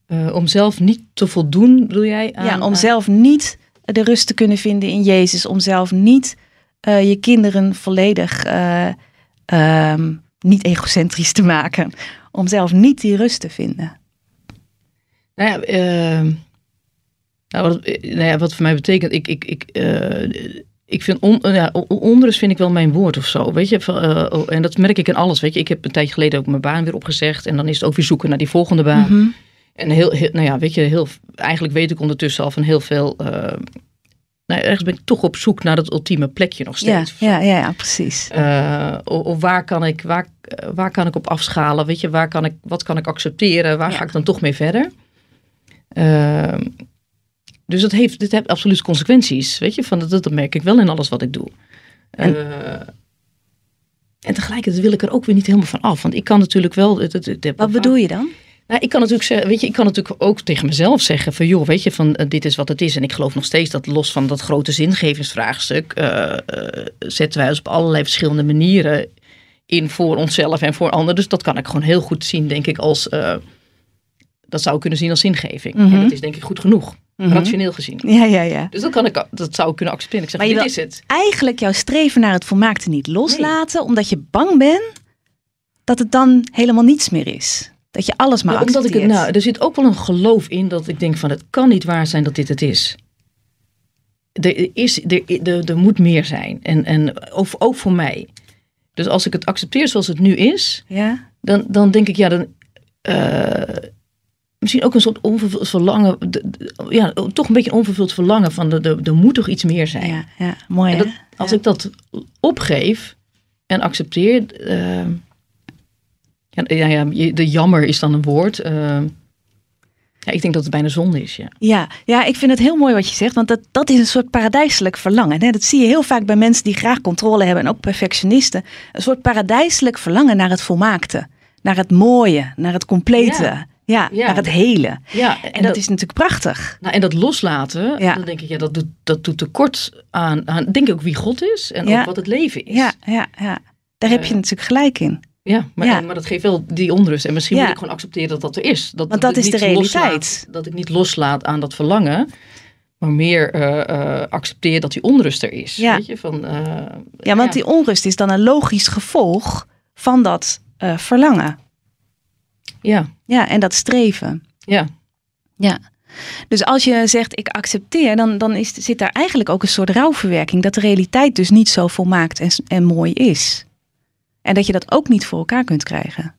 Speaker 3: Eh, om zelf niet te voldoen, bedoel jij? Aan,
Speaker 4: ja, om
Speaker 3: aan-
Speaker 4: zelf niet de rust te kunnen vinden in Jezus. Om zelf niet eh, je kinderen volledig eh, ehm, niet egocentrisch te maken. Om zelf niet die rust te vinden.
Speaker 3: Nou ja, ehm, nou, wat, eh, nou ja, wat voor mij betekent, ik, ik, ik, eh, ik vind on, eh, ja, o- o- onrust vind ik wel mijn woord of zo, weet je. Van, eh, oh, en dat merk ik in alles, weet je. Ik heb een tijdje geleden ook mijn baan weer opgezegd en dan is het ook weer zoeken naar die volgende baan.
Speaker 4: Mhm.
Speaker 3: En heel, heel- nou ja, weet je, heel, eigenlijk weet ik ondertussen al van heel veel, eh, nou, ja, ergens ben ik toch op zoek naar dat ultieme plekje nog
Speaker 4: Ja,
Speaker 3: steeds.
Speaker 4: ja, ja, ja, precies.
Speaker 3: Eh, of, of waar kan ik, waar, eh, waar kan ik op afschalen? Weet je, waar kan ik, wat kan ik accepteren? Waar ga ik dan toch mee verder? Ehm, dus dat heeft, dit heeft absoluut consequenties. Weet je, van dat, dat merk ik wel in alles wat ik doe. En, en tegelijkertijd wil ik er ook weer niet helemaal van af. Want ik kan natuurlijk wel. Het, het, het,
Speaker 4: Wat bedoel je dan?
Speaker 3: nou, ik kan natuurlijk zeggen, weet je, ik kan natuurlijk ook tegen mezelf zeggen van joh, weet je, van eh, dit is wat het is. En ik geloof nog steeds dat los van dat grote zingevingsvraagstuk eh, eh, zetten wij ons op allerlei verschillende manieren in voor onszelf en voor anderen. Dus dat kan ik gewoon heel goed zien, denk ik, als eh, dat zou ik kunnen zien als zingeving.
Speaker 4: Mhm.
Speaker 3: En dat is denk ik goed genoeg.
Speaker 4: Mhm.
Speaker 3: rationeel gezien.
Speaker 4: Ja, ja, ja.
Speaker 3: Dus dat, kan ik, dat zou ik kunnen accepteren. Ik zeg,
Speaker 4: Maar je
Speaker 3: dit
Speaker 4: wil-
Speaker 3: is het.
Speaker 4: Eigenlijk jouw streven naar het volmaakte niet loslaten, omdat je bang bent dat het dan helemaal niets meer is. Dat je alles maar
Speaker 3: Ja, omdat ik het,
Speaker 4: accepteert.
Speaker 3: nou, er zit ook wel een geloof in dat ik denk van het kan niet waar zijn dat dit het is. Er, is, er, er, er moet meer zijn. En, en of, ook voor mij. Dus als ik het accepteer zoals het nu is,
Speaker 4: Ja,
Speaker 3: dan, dan denk ik ja, dan. eh, misschien ook een soort onvervuld verlangen. de- de- ja, toch een beetje een onvervuld verlangen van er- er er moet toch iets meer zijn.
Speaker 4: ja, ja. mooi
Speaker 3: En
Speaker 4: hè?
Speaker 3: dat, als ik dat opgeef en accepteer. eh, ja, ja, ja, je- de jammer is dan een woord. eh, ja, ik denk dat het bijna zonde is. Ja.
Speaker 4: Ja, ja, ik vind het heel mooi wat je zegt, want dat, dat is een soort paradijselijk verlangen. Hè? Dat zie je heel vaak bij mensen die graag controle hebben en ook perfectionisten. Een soort paradijselijk verlangen naar het volmaakte, naar het mooie, naar het complete, ja,
Speaker 3: Ja. Ja.
Speaker 4: naar het hele. En,
Speaker 3: Ja, en,
Speaker 4: dat, is natuurlijk prachtig.
Speaker 3: nou, en dat loslaten,
Speaker 4: Ja.
Speaker 3: dan denk ik, ja, dat, doet, dat doet tekort aan, aan, denk ik ook wie God is en
Speaker 4: Ja.
Speaker 3: ook wat het leven is.
Speaker 4: Ja, ja, ja. Daar heb je
Speaker 3: Eh,
Speaker 4: natuurlijk gelijk in.
Speaker 3: Ja, maar, eh,
Speaker 4: Ja.
Speaker 3: maar dat geeft wel die onrust. En misschien
Speaker 4: Ja.
Speaker 3: moet ik gewoon accepteren dat dat er is. Dat,
Speaker 4: Want dat
Speaker 3: ik
Speaker 4: is de
Speaker 3: niet
Speaker 4: realiteit.
Speaker 3: loslaat- dat ik niet loslaat aan dat verlangen. Maar meer eh, eh, accepteer dat die onrust er is.
Speaker 4: Ja.
Speaker 3: Weet je, van, eh,
Speaker 4: Ja, want die onrust is dan een logisch gevolg van dat eh, verlangen.
Speaker 3: ja,
Speaker 4: Ja, en dat streven.
Speaker 3: ja.
Speaker 4: Ja. Dus als je zegt ik accepteer, dan, dan is, zit daar eigenlijk ook een soort rouwverwerking. Dat de realiteit dus niet zo volmaakt en, s- en mooi is. En dat je dat ook niet voor elkaar kunt krijgen.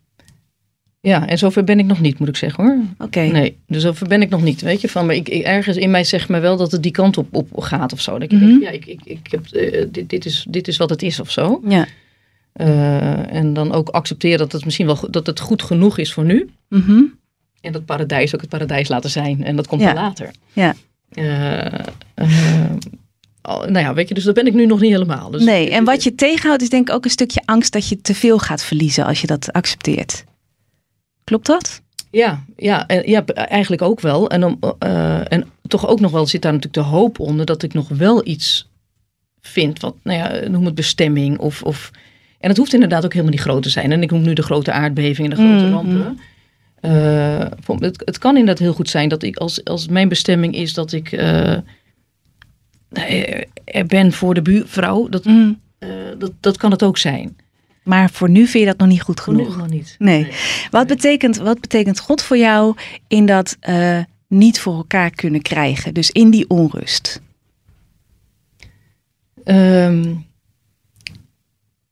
Speaker 3: Ja, en zover ben ik nog niet, moet ik zeggen hoor.
Speaker 4: Oké.
Speaker 3: Nee, dus zover ben ik nog niet, weet je. Van, maar ik, ik- ergens in mij zegt me wel dat het die kant op, op gaat of zo. Dat ik
Speaker 4: Mhm.
Speaker 3: denk, ja, ik, ik, ik heb, eh, dit, dit, is, dit is wat het is of zo.
Speaker 4: Ja.
Speaker 3: Eh, en dan ook accepteren dat het misschien wel go- dat het goed genoeg is voor nu.
Speaker 4: Mhm.
Speaker 3: En dat paradijs ook het paradijs laten zijn. En dat komt
Speaker 4: Ja.
Speaker 3: dan later.
Speaker 4: Ja.
Speaker 3: Eh, eh, al- nou ja, weet je, dus dat ben ik nu nog niet helemaal. Dus
Speaker 4: nee, en wat je tegenhoudt is denk ik ook een stukje angst dat je te veel gaat verliezen als je dat accepteert. Klopt dat?
Speaker 3: Ja, ja, en, ja, p- eigenlijk ook wel. En, dan, eh, en toch ook nog wel zit daar natuurlijk de hoop onder dat ik nog wel iets vind. Wat, nou ja, noem het bestemming. Of, of, en het hoeft inderdaad ook helemaal niet groot te zijn. En ik noem nu de grote aardbeving en de grote
Speaker 4: Mhm.
Speaker 3: rampen. Eh, voor- het, het kan inderdaad heel goed zijn dat ik, als, als mijn bestemming is dat ik eh, er- er ben voor de buurvrouw, dat, eh, dat, dat kan het ook zijn.
Speaker 4: Maar voor nu vind je dat nog niet goed
Speaker 3: Voor nu
Speaker 4: genoeg.
Speaker 3: gewoon niet.
Speaker 4: Nee. Wat betekent, wat betekent God voor jou in dat eh, niet voor elkaar kunnen krijgen? Dus in die onrust.
Speaker 3: Ehm,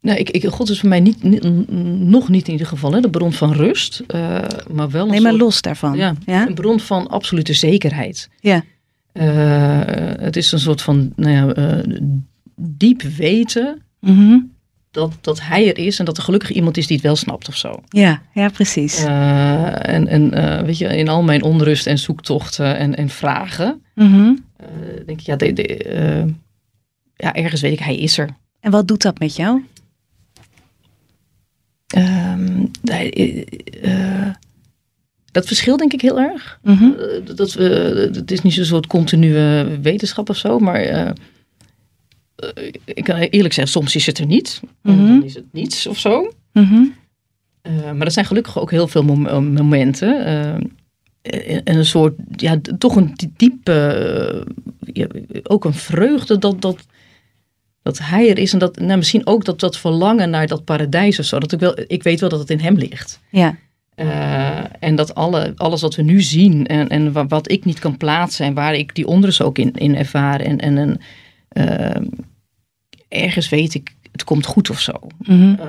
Speaker 3: nou, ik, ik, God is voor mij niet, niet- n- nog niet in ieder geval hè, de bron van rust, eh, maar wel een,
Speaker 4: Nee, maar
Speaker 3: soort-
Speaker 4: los daarvan.
Speaker 3: ja,
Speaker 4: ja?
Speaker 3: een bron van absolute zekerheid.
Speaker 4: Ja.
Speaker 3: Eh, het is een soort van nou ja, eh, diep weten
Speaker 4: Mhm.
Speaker 3: dat, dat hij er is en dat er gelukkig iemand is die het wel snapt of zo.
Speaker 4: ja, ja, precies.
Speaker 3: Eh, en en eh, weet je, in al mijn onrust en zoektochten en, en vragen,
Speaker 4: Mhm.
Speaker 3: eh, denk ik, ja, de, de, eh, ja, ergens weet ik, hij is er.
Speaker 4: En wat doet dat met jou?
Speaker 3: Ehm, nee, eh, eh, dat verschil denk ik heel erg.
Speaker 4: Mhm.
Speaker 3: Eh, dat we, het is niet zo'n soort continue wetenschap of zo, maar eh, eh, ik kan eerlijk zeggen, soms is het er niet. En
Speaker 4: Mhm.
Speaker 3: dan is het niets of zo.
Speaker 4: Mhm.
Speaker 3: Eh, maar er zijn gelukkig ook heel veel mom- eh, momenten. eh, en en een soort, ja, d- toch een die- diepe, eh, ja, ook een vreugde dat, dat, dat hij er is. En dat, nou, misschien ook dat, dat verlangen naar dat paradijs of zo. Dat ik, wel, ik weet wel dat het in hem ligt.
Speaker 4: Ja,
Speaker 3: Eh, en dat alle, alles wat we nu zien en, en wa- wat ik niet kan plaatsen en waar ik die onrust ook in, in ervaar. En, en, en eh, ergens weet ik, het komt goed of zo.
Speaker 4: Mhm.
Speaker 3: Eh,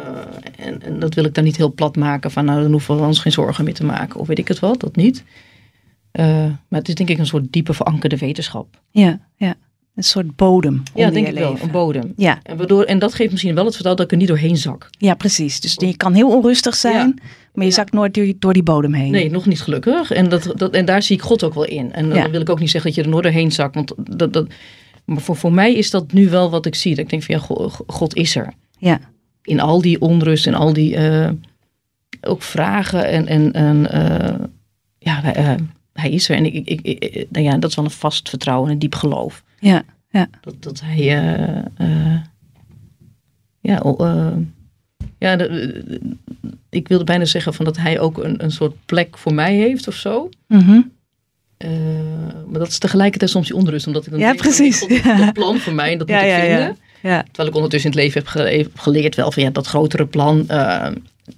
Speaker 3: en, en dat wil ik dan niet heel plat maken van nou dan hoeven we ons geen zorgen meer te maken of weet ik het wat, dat niet. Eh, maar het is denk ik een soort diepe verankerde wetenschap.
Speaker 4: ja, ja. Een soort bodem.
Speaker 3: Ja,
Speaker 4: onder
Speaker 3: denk
Speaker 4: je
Speaker 3: ik wel,
Speaker 4: leven.
Speaker 3: een bodem.
Speaker 4: Ja,
Speaker 3: En, waardoor, en dat geeft misschien wel het vertrouwen dat ik er niet doorheen zak.
Speaker 4: ja, precies. Dus je kan heel onrustig zijn, maar je
Speaker 3: Ja.
Speaker 4: zakt nooit door, door die bodem heen.
Speaker 3: Nee, nog niet gelukkig. En, dat, dat, en daar zie ik God ook wel in. En
Speaker 4: Ja.
Speaker 3: dan wil ik ook niet zeggen dat je er nooit doorheen zakt. Want dat, dat, maar voor, voor mij is dat nu wel wat ik zie. Dat ik denk van ja, Go- God is er.
Speaker 4: Ja.
Speaker 3: In al die onrust en al die eh, ook vragen. En, en, en eh, ja, hij, eh, hij is er. En ik, ik, ik- ik- nou ja, dat is wel een vast vertrouwen en een diep geloof.
Speaker 4: Ja,
Speaker 3: Dat, dat hij... eh, eh, ja, oh, eh, ja de- de- ik wilde bijna zeggen van dat hij ook een, een soort plek voor mij heeft of zo.
Speaker 4: Mhm.
Speaker 3: Eh, maar dat is tegelijkertijd soms die onrust. Omdat ik dan
Speaker 4: Ja,
Speaker 3: denk,
Speaker 4: precies.
Speaker 3: oh mijn god,
Speaker 4: Ja. <laughs>
Speaker 3: Dat plan voor mij, dat
Speaker 4: Ja,
Speaker 3: moet ik
Speaker 4: ja, ja.
Speaker 3: vinden.
Speaker 4: Ja.
Speaker 3: Terwijl ik ondertussen in het leven heb gele- eh, heb geleerd wel van ja, dat grotere plan, eh,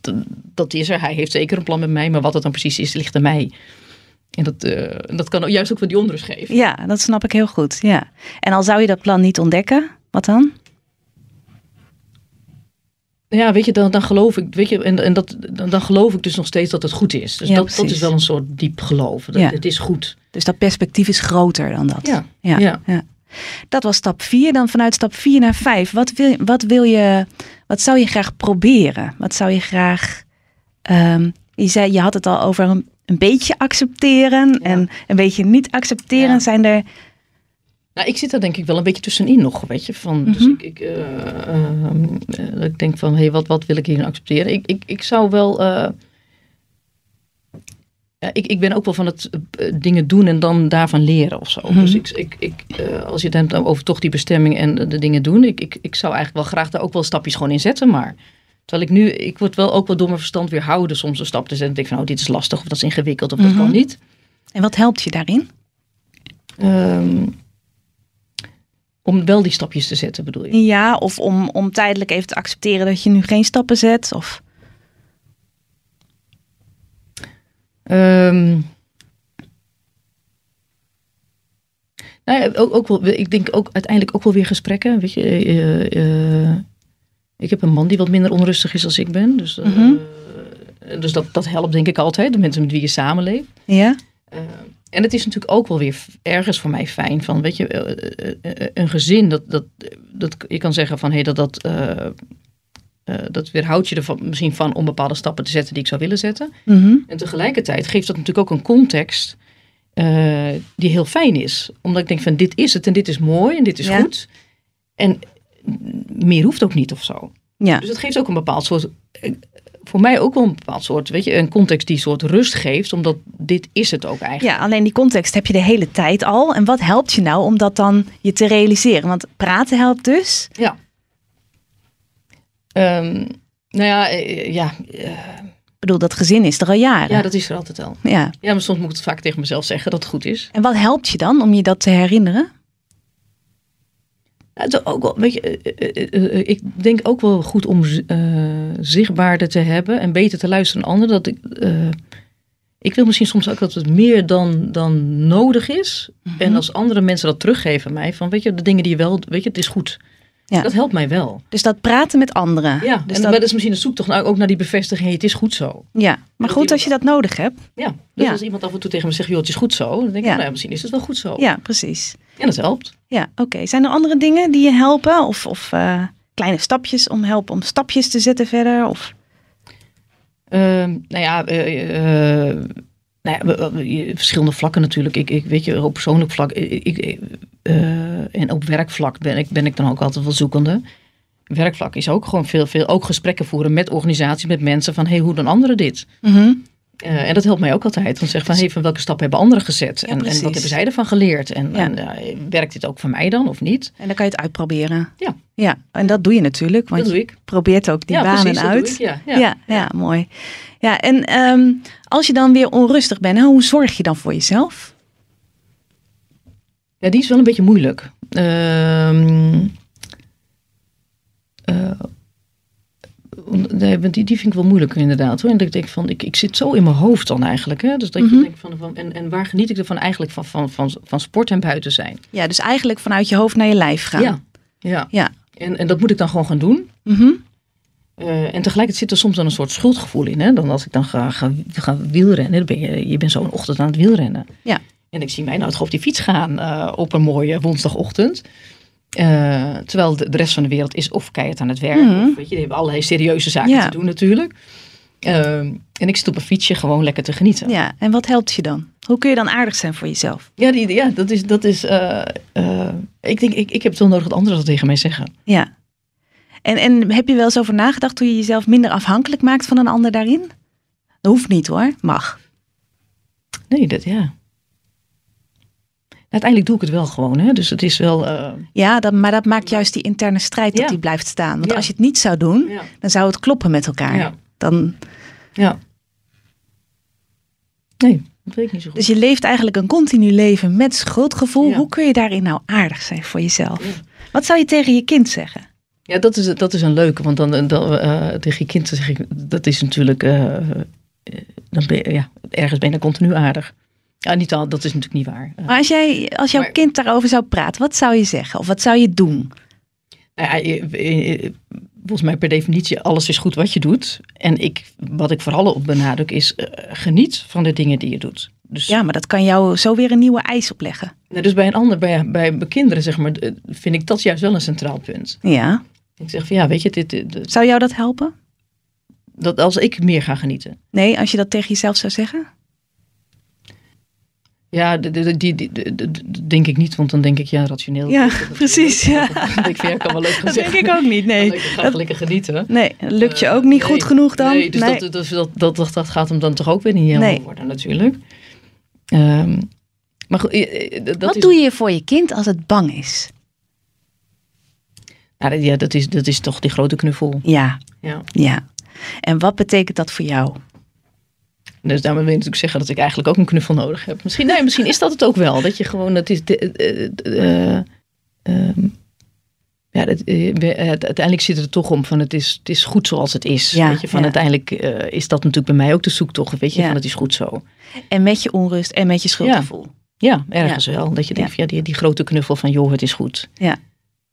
Speaker 3: d- dat is er. Hij heeft zeker een plan met mij, maar wat het dan precies is, ligt aan mij. En dat, eh, en dat kan ook juist ook wat die onrust geven.
Speaker 4: ja, dat snap ik heel goed. Ja. En al zou je dat plan niet ontdekken, wat dan?
Speaker 3: Ja, weet je, dan, dan geloof ik, weet je, en, en dat, dan, dan geloof ik dus nog steeds dat het goed is. Dus
Speaker 4: Ja,
Speaker 3: dat, dat
Speaker 4: precies.
Speaker 3: is wel een soort diep geloof. Dat,
Speaker 4: Ja.
Speaker 3: Het is goed.
Speaker 4: Dus dat perspectief is groter dan dat.
Speaker 3: Ja.
Speaker 4: ja.
Speaker 3: Ja.
Speaker 4: Dat was stap 4. Dan vanuit stap 4 naar 5. Wat, wil, wat, wil je, wat zou je graag proberen? Wat zou je graag. ehm, je, zei, je had het al over een, een beetje accepteren en een beetje niet accepteren.
Speaker 3: Ja.
Speaker 4: Zijn er.
Speaker 3: Nou, ik zit daar denk ik wel een beetje tussenin nog, weet je. Van, Dus ik, ik, eh, ehm, eh, dat ik denk van, hé, wat, wat wil ik hierin accepteren? Ik, ik, ik zou wel... eh, ja, ik, ik ben ook wel van het eh, dingen doen en dan daarvan leren of zo. Dus ik, ik, ik, eh, als je het hebt over toch die bestemming en de, de dingen doen... Ik, ik, ik zou eigenlijk wel graag daar ook wel stapjes gewoon in zetten, maar... Terwijl ik nu, ik word wel ook wel door mijn verstand weer houden soms een stap te zetten. Ik denk van, oh, dit is lastig of dat is ingewikkeld of dat kan niet.
Speaker 4: En wat helpt je daarin?
Speaker 3: Ehm, om wel die stapjes te zetten, bedoel je?
Speaker 4: Ja, of om, om tijdelijk even te accepteren dat je nu geen stappen zet. Of,
Speaker 3: Ehm nou ja, ook, ook wel, ik denk ook uiteindelijk ook wel weer gesprekken. Weet je, eh, eh, ik heb een man die wat minder onrustig is als ik ben. Dus, eh,
Speaker 4: Mhm.
Speaker 3: dus dat, dat helpt denk ik altijd, de mensen met wie je samenleeft.
Speaker 4: ja?
Speaker 3: Eh, en het is natuurlijk ook wel weer f- ergens voor mij fijn van, weet je, eh, eh, eh, een gezin, dat, dat, dat, je kan zeggen van, hé, dat, dat, eh, eh, dat weerhoudt je er van, misschien van om bepaalde stappen te zetten die ik zou willen zetten.
Speaker 4: Mhm.
Speaker 3: En tegelijkertijd geeft dat natuurlijk ook een context eh, die heel fijn is. Omdat ik denk van dit is het en dit is mooi en dit is
Speaker 4: Ja.
Speaker 3: goed. En meer hoeft ook niet of zo.
Speaker 4: ja.
Speaker 3: Dus het geeft ook een bepaald soort, eh, voor mij ook wel een bepaald soort, weet je, een context die een soort rust geeft. Omdat dit is het ook eigenlijk.
Speaker 4: Ja, alleen die context heb je de hele tijd al. En wat helpt je nou om dat dan je te realiseren? Want praten helpt dus.
Speaker 3: Ja. Ehm, nou ja, eh, ja, eh,
Speaker 4: Ik bedoel, dat gezin is er al jaren.
Speaker 3: ja, dat is er altijd al.
Speaker 4: ja.
Speaker 3: Ja, maar soms moet ik het vaak tegen mezelf zeggen dat het goed is.
Speaker 4: En wat helpt je dan om je dat te herinneren?
Speaker 3: Ja, het is ook wel, weet je, eh, eh, eh, eh, ik denk ook wel goed om z- eh, zichtbaarder te hebben en beter te luisteren naar anderen. Dat ik, eh, ik wil misschien soms ook dat het meer dan, dan nodig is. En als andere mensen dat teruggeven aan mij, van weet je, de dingen die je wel, weet je, het is goed.
Speaker 4: Ja.
Speaker 3: Dat helpt mij wel.
Speaker 4: Dus dat praten met anderen.
Speaker 3: Ja,
Speaker 4: dus
Speaker 3: en
Speaker 4: dat,
Speaker 3: dat is misschien een zoektocht naar, ook naar die bevestiging, hey, het is goed zo.
Speaker 4: ja. maar
Speaker 3: dat
Speaker 4: goed als
Speaker 3: iemand-
Speaker 4: je dat nodig hebt.
Speaker 3: Ja, dus
Speaker 4: Ja.
Speaker 3: als iemand af en toe tegen me zegt, joh, het is goed zo. Dan denk ik,
Speaker 4: Ja.
Speaker 3: nou ja, misschien is het wel goed zo.
Speaker 4: Ja, precies.
Speaker 3: En dat helpt.
Speaker 4: Ja, oké. Zijn er andere dingen die je helpen? Of, of eh, kleine stapjes om helpen om stapjes te zetten verder? Of,
Speaker 3: Ehm, nou ja, eh, eh, nou ja, we- we- je- verschillende vlakken natuurlijk. Ik, ik weet je, op persoonlijk vlak ik, ik, eh, en op werkvlak ben ik, ben ik dan ook altijd wel zoekende. Werkvlak is ook gewoon veel, veel ook gesprekken voeren met organisaties, met mensen van hey, hoe doen anderen dit? Eh, en dat helpt mij ook altijd. Want zeg van hey, van welke stappen hebben anderen gezet? en, en
Speaker 4: precies.
Speaker 3: wat hebben zij ervan geleerd? En,
Speaker 4: Ja.
Speaker 3: en, eh, werkt dit ook voor mij dan of niet?
Speaker 4: En dan kan je het uitproberen.
Speaker 3: Ja.
Speaker 4: ja. En dat doe je natuurlijk, want
Speaker 3: dat doe ik.
Speaker 4: je probeert ook die
Speaker 3: ja,
Speaker 4: banen
Speaker 3: precies, dat doe
Speaker 4: uit.
Speaker 3: ik, ja, ja.
Speaker 4: Ja, ja, mooi. Ja, en ehm, als je dan weer onrustig bent, hoe zorg je dan voor jezelf?
Speaker 3: Ja, die is wel een beetje moeilijk. Ehm, eh, nee, want die, die vind ik wel moeilijk inderdaad. Hoor. En dat ik denk van, ik, ik zit zo in mijn hoofd dan eigenlijk. Hè? Dus dat je denkt van, van en, en waar geniet ik ervan eigenlijk van, van, van, van sport en buiten zijn.
Speaker 4: Ja, dus eigenlijk vanuit je hoofd naar je lijf gaan.
Speaker 3: Ja. ja.
Speaker 4: Ja.
Speaker 3: En, en dat moet ik dan gewoon gaan doen.
Speaker 4: Mhm.
Speaker 3: Eh, en tegelijkertijd zit er soms dan een soort schuldgevoel in. Hè? Dan als ik dan ga, ga, ga wielrennen, dan ben je, je bent zo'n ochtend aan het wielrennen.
Speaker 4: Ja.
Speaker 3: En ik zie mij nou toch op die fiets gaan eh, op een mooie woensdagochtend. Eh, terwijl de, de rest van de wereld is of keihard aan het werk.
Speaker 4: Mhm.
Speaker 3: Of, weet je, die hebben allerlei serieuze zaken
Speaker 4: Ja.
Speaker 3: te doen natuurlijk. Ehm, en ik zit op een fietsje gewoon lekker te genieten. Ja,
Speaker 4: Ja, en wat helpt je dan? Hoe kun je dan aardig zijn voor jezelf?
Speaker 3: die, ja dat is... Dat is eh, eh, ik denk, ik, ik heb het wel nodig dat anderen dat tegen mij zeggen.
Speaker 4: Ja. En, en heb je wel eens over nagedacht hoe je jezelf minder afhankelijk maakt van een ander daarin? Dat hoeft niet hoor, mag.
Speaker 3: Nee, dat ja. Uiteindelijk doe ik het wel gewoon. Hè? Dus het is wel... eh,
Speaker 4: Ja, dat, maar dat maakt juist die interne strijd dat
Speaker 3: Ja.
Speaker 4: die blijft staan. Want
Speaker 3: Ja.
Speaker 4: als je het niet zou doen,
Speaker 3: Ja.
Speaker 4: dan zou het kloppen met elkaar.
Speaker 3: Ja.
Speaker 4: Dan,
Speaker 3: Ja. Nee. Dat weet ik niet zo goed.
Speaker 4: Dus je leeft eigenlijk een continu leven met schuldgevoel.
Speaker 3: Ja.
Speaker 4: Hoe kun je daarin nou aardig zijn voor jezelf? Wat zou je tegen je kind zeggen?
Speaker 3: Ja, dat is, dat is een leuke, want dan, dan eh, tegen je kind zeg ik, dat is natuurlijk, eh, eh, dan ben je- ja, ergens ben je dan continu aardig. Ja, niet al, dat is natuurlijk niet waar. Eh,
Speaker 4: Maar als, jij, als jouw
Speaker 3: Maar-
Speaker 4: kind daarover zou praten, wat zou je zeggen? Of wat zou je doen?
Speaker 3: nou ja, je- eh, eh, volgens mij per definitie, alles is goed wat je doet. En ik, wat ik vooral op benadruk is, eh, geniet van de dingen die je doet. Dus,
Speaker 4: Ja, maar dat kan jou zo weer een nieuwe eis opleggen.
Speaker 3: nou, dus bij een ander, bij, bij bij kinderen zeg maar, eh, vind ik dat juist wel een centraal punt.
Speaker 4: Ja.
Speaker 3: Ik zeg van ja, weet je, dit, dit- dit-
Speaker 4: Zou jou dat helpen?
Speaker 3: dat als ik meer ga genieten.
Speaker 4: Nee, als je dat tegen jezelf zou zeggen?
Speaker 3: Ja, de- de- die, die, de- de- de- denk ik niet, want dan denk ik, ja, rationeel.
Speaker 4: Ja,
Speaker 3: dat- dat-
Speaker 4: precies, ja.
Speaker 3: Dat denk <laughs> ik, van, ja, kan wel leuk
Speaker 4: <laughs>
Speaker 3: gaan
Speaker 4: Dat denk
Speaker 3: zeggen.
Speaker 4: ik ook niet,
Speaker 3: Ik
Speaker 4: nee.
Speaker 3: ga
Speaker 4: Dat-
Speaker 3: lekker genieten.
Speaker 4: Nee, lukt je
Speaker 3: Eh,
Speaker 4: ook niet
Speaker 3: nee.
Speaker 4: goed genoeg dan?
Speaker 3: Nee, dus Dat, dus dat, dat, dat, dat gaat hem dan toch ook weer niet helemaal
Speaker 4: Nee.
Speaker 3: worden natuurlijk. Ehm, maar goed, eh, eh, dat
Speaker 4: Wat
Speaker 3: is,
Speaker 4: doe je voor je kind als het bang is?
Speaker 3: Ja, dat- ja, dat is, dat is toch die grote knuffel.
Speaker 4: Ja,
Speaker 3: Ja.
Speaker 4: ja. En wat betekent dat voor jou?
Speaker 3: Dus daarmee wil ik natuurlijk zeggen dat ik eigenlijk ook een knuffel nodig heb. Misschien, nee, misschien is dat het ook wel. Dat je gewoon, dat is. de- eh, eh, eh, ehm, ja, dat, eh, we- eh, uiteindelijk zit het er toch om van het is, het is goed zoals het is.
Speaker 4: Ja,
Speaker 3: weet je, van
Speaker 4: ja.
Speaker 3: uiteindelijk eh, is dat natuurlijk bij mij ook de zoektocht. Weet je,
Speaker 4: Ja.
Speaker 3: van het is goed zo.
Speaker 4: En met je onrust en met je schuldgevoel.
Speaker 3: Ja, ergens wel. Dat je denkt,
Speaker 4: Ja.
Speaker 3: van, ja, die, die grote knuffel van joh, het is goed.
Speaker 4: Ja.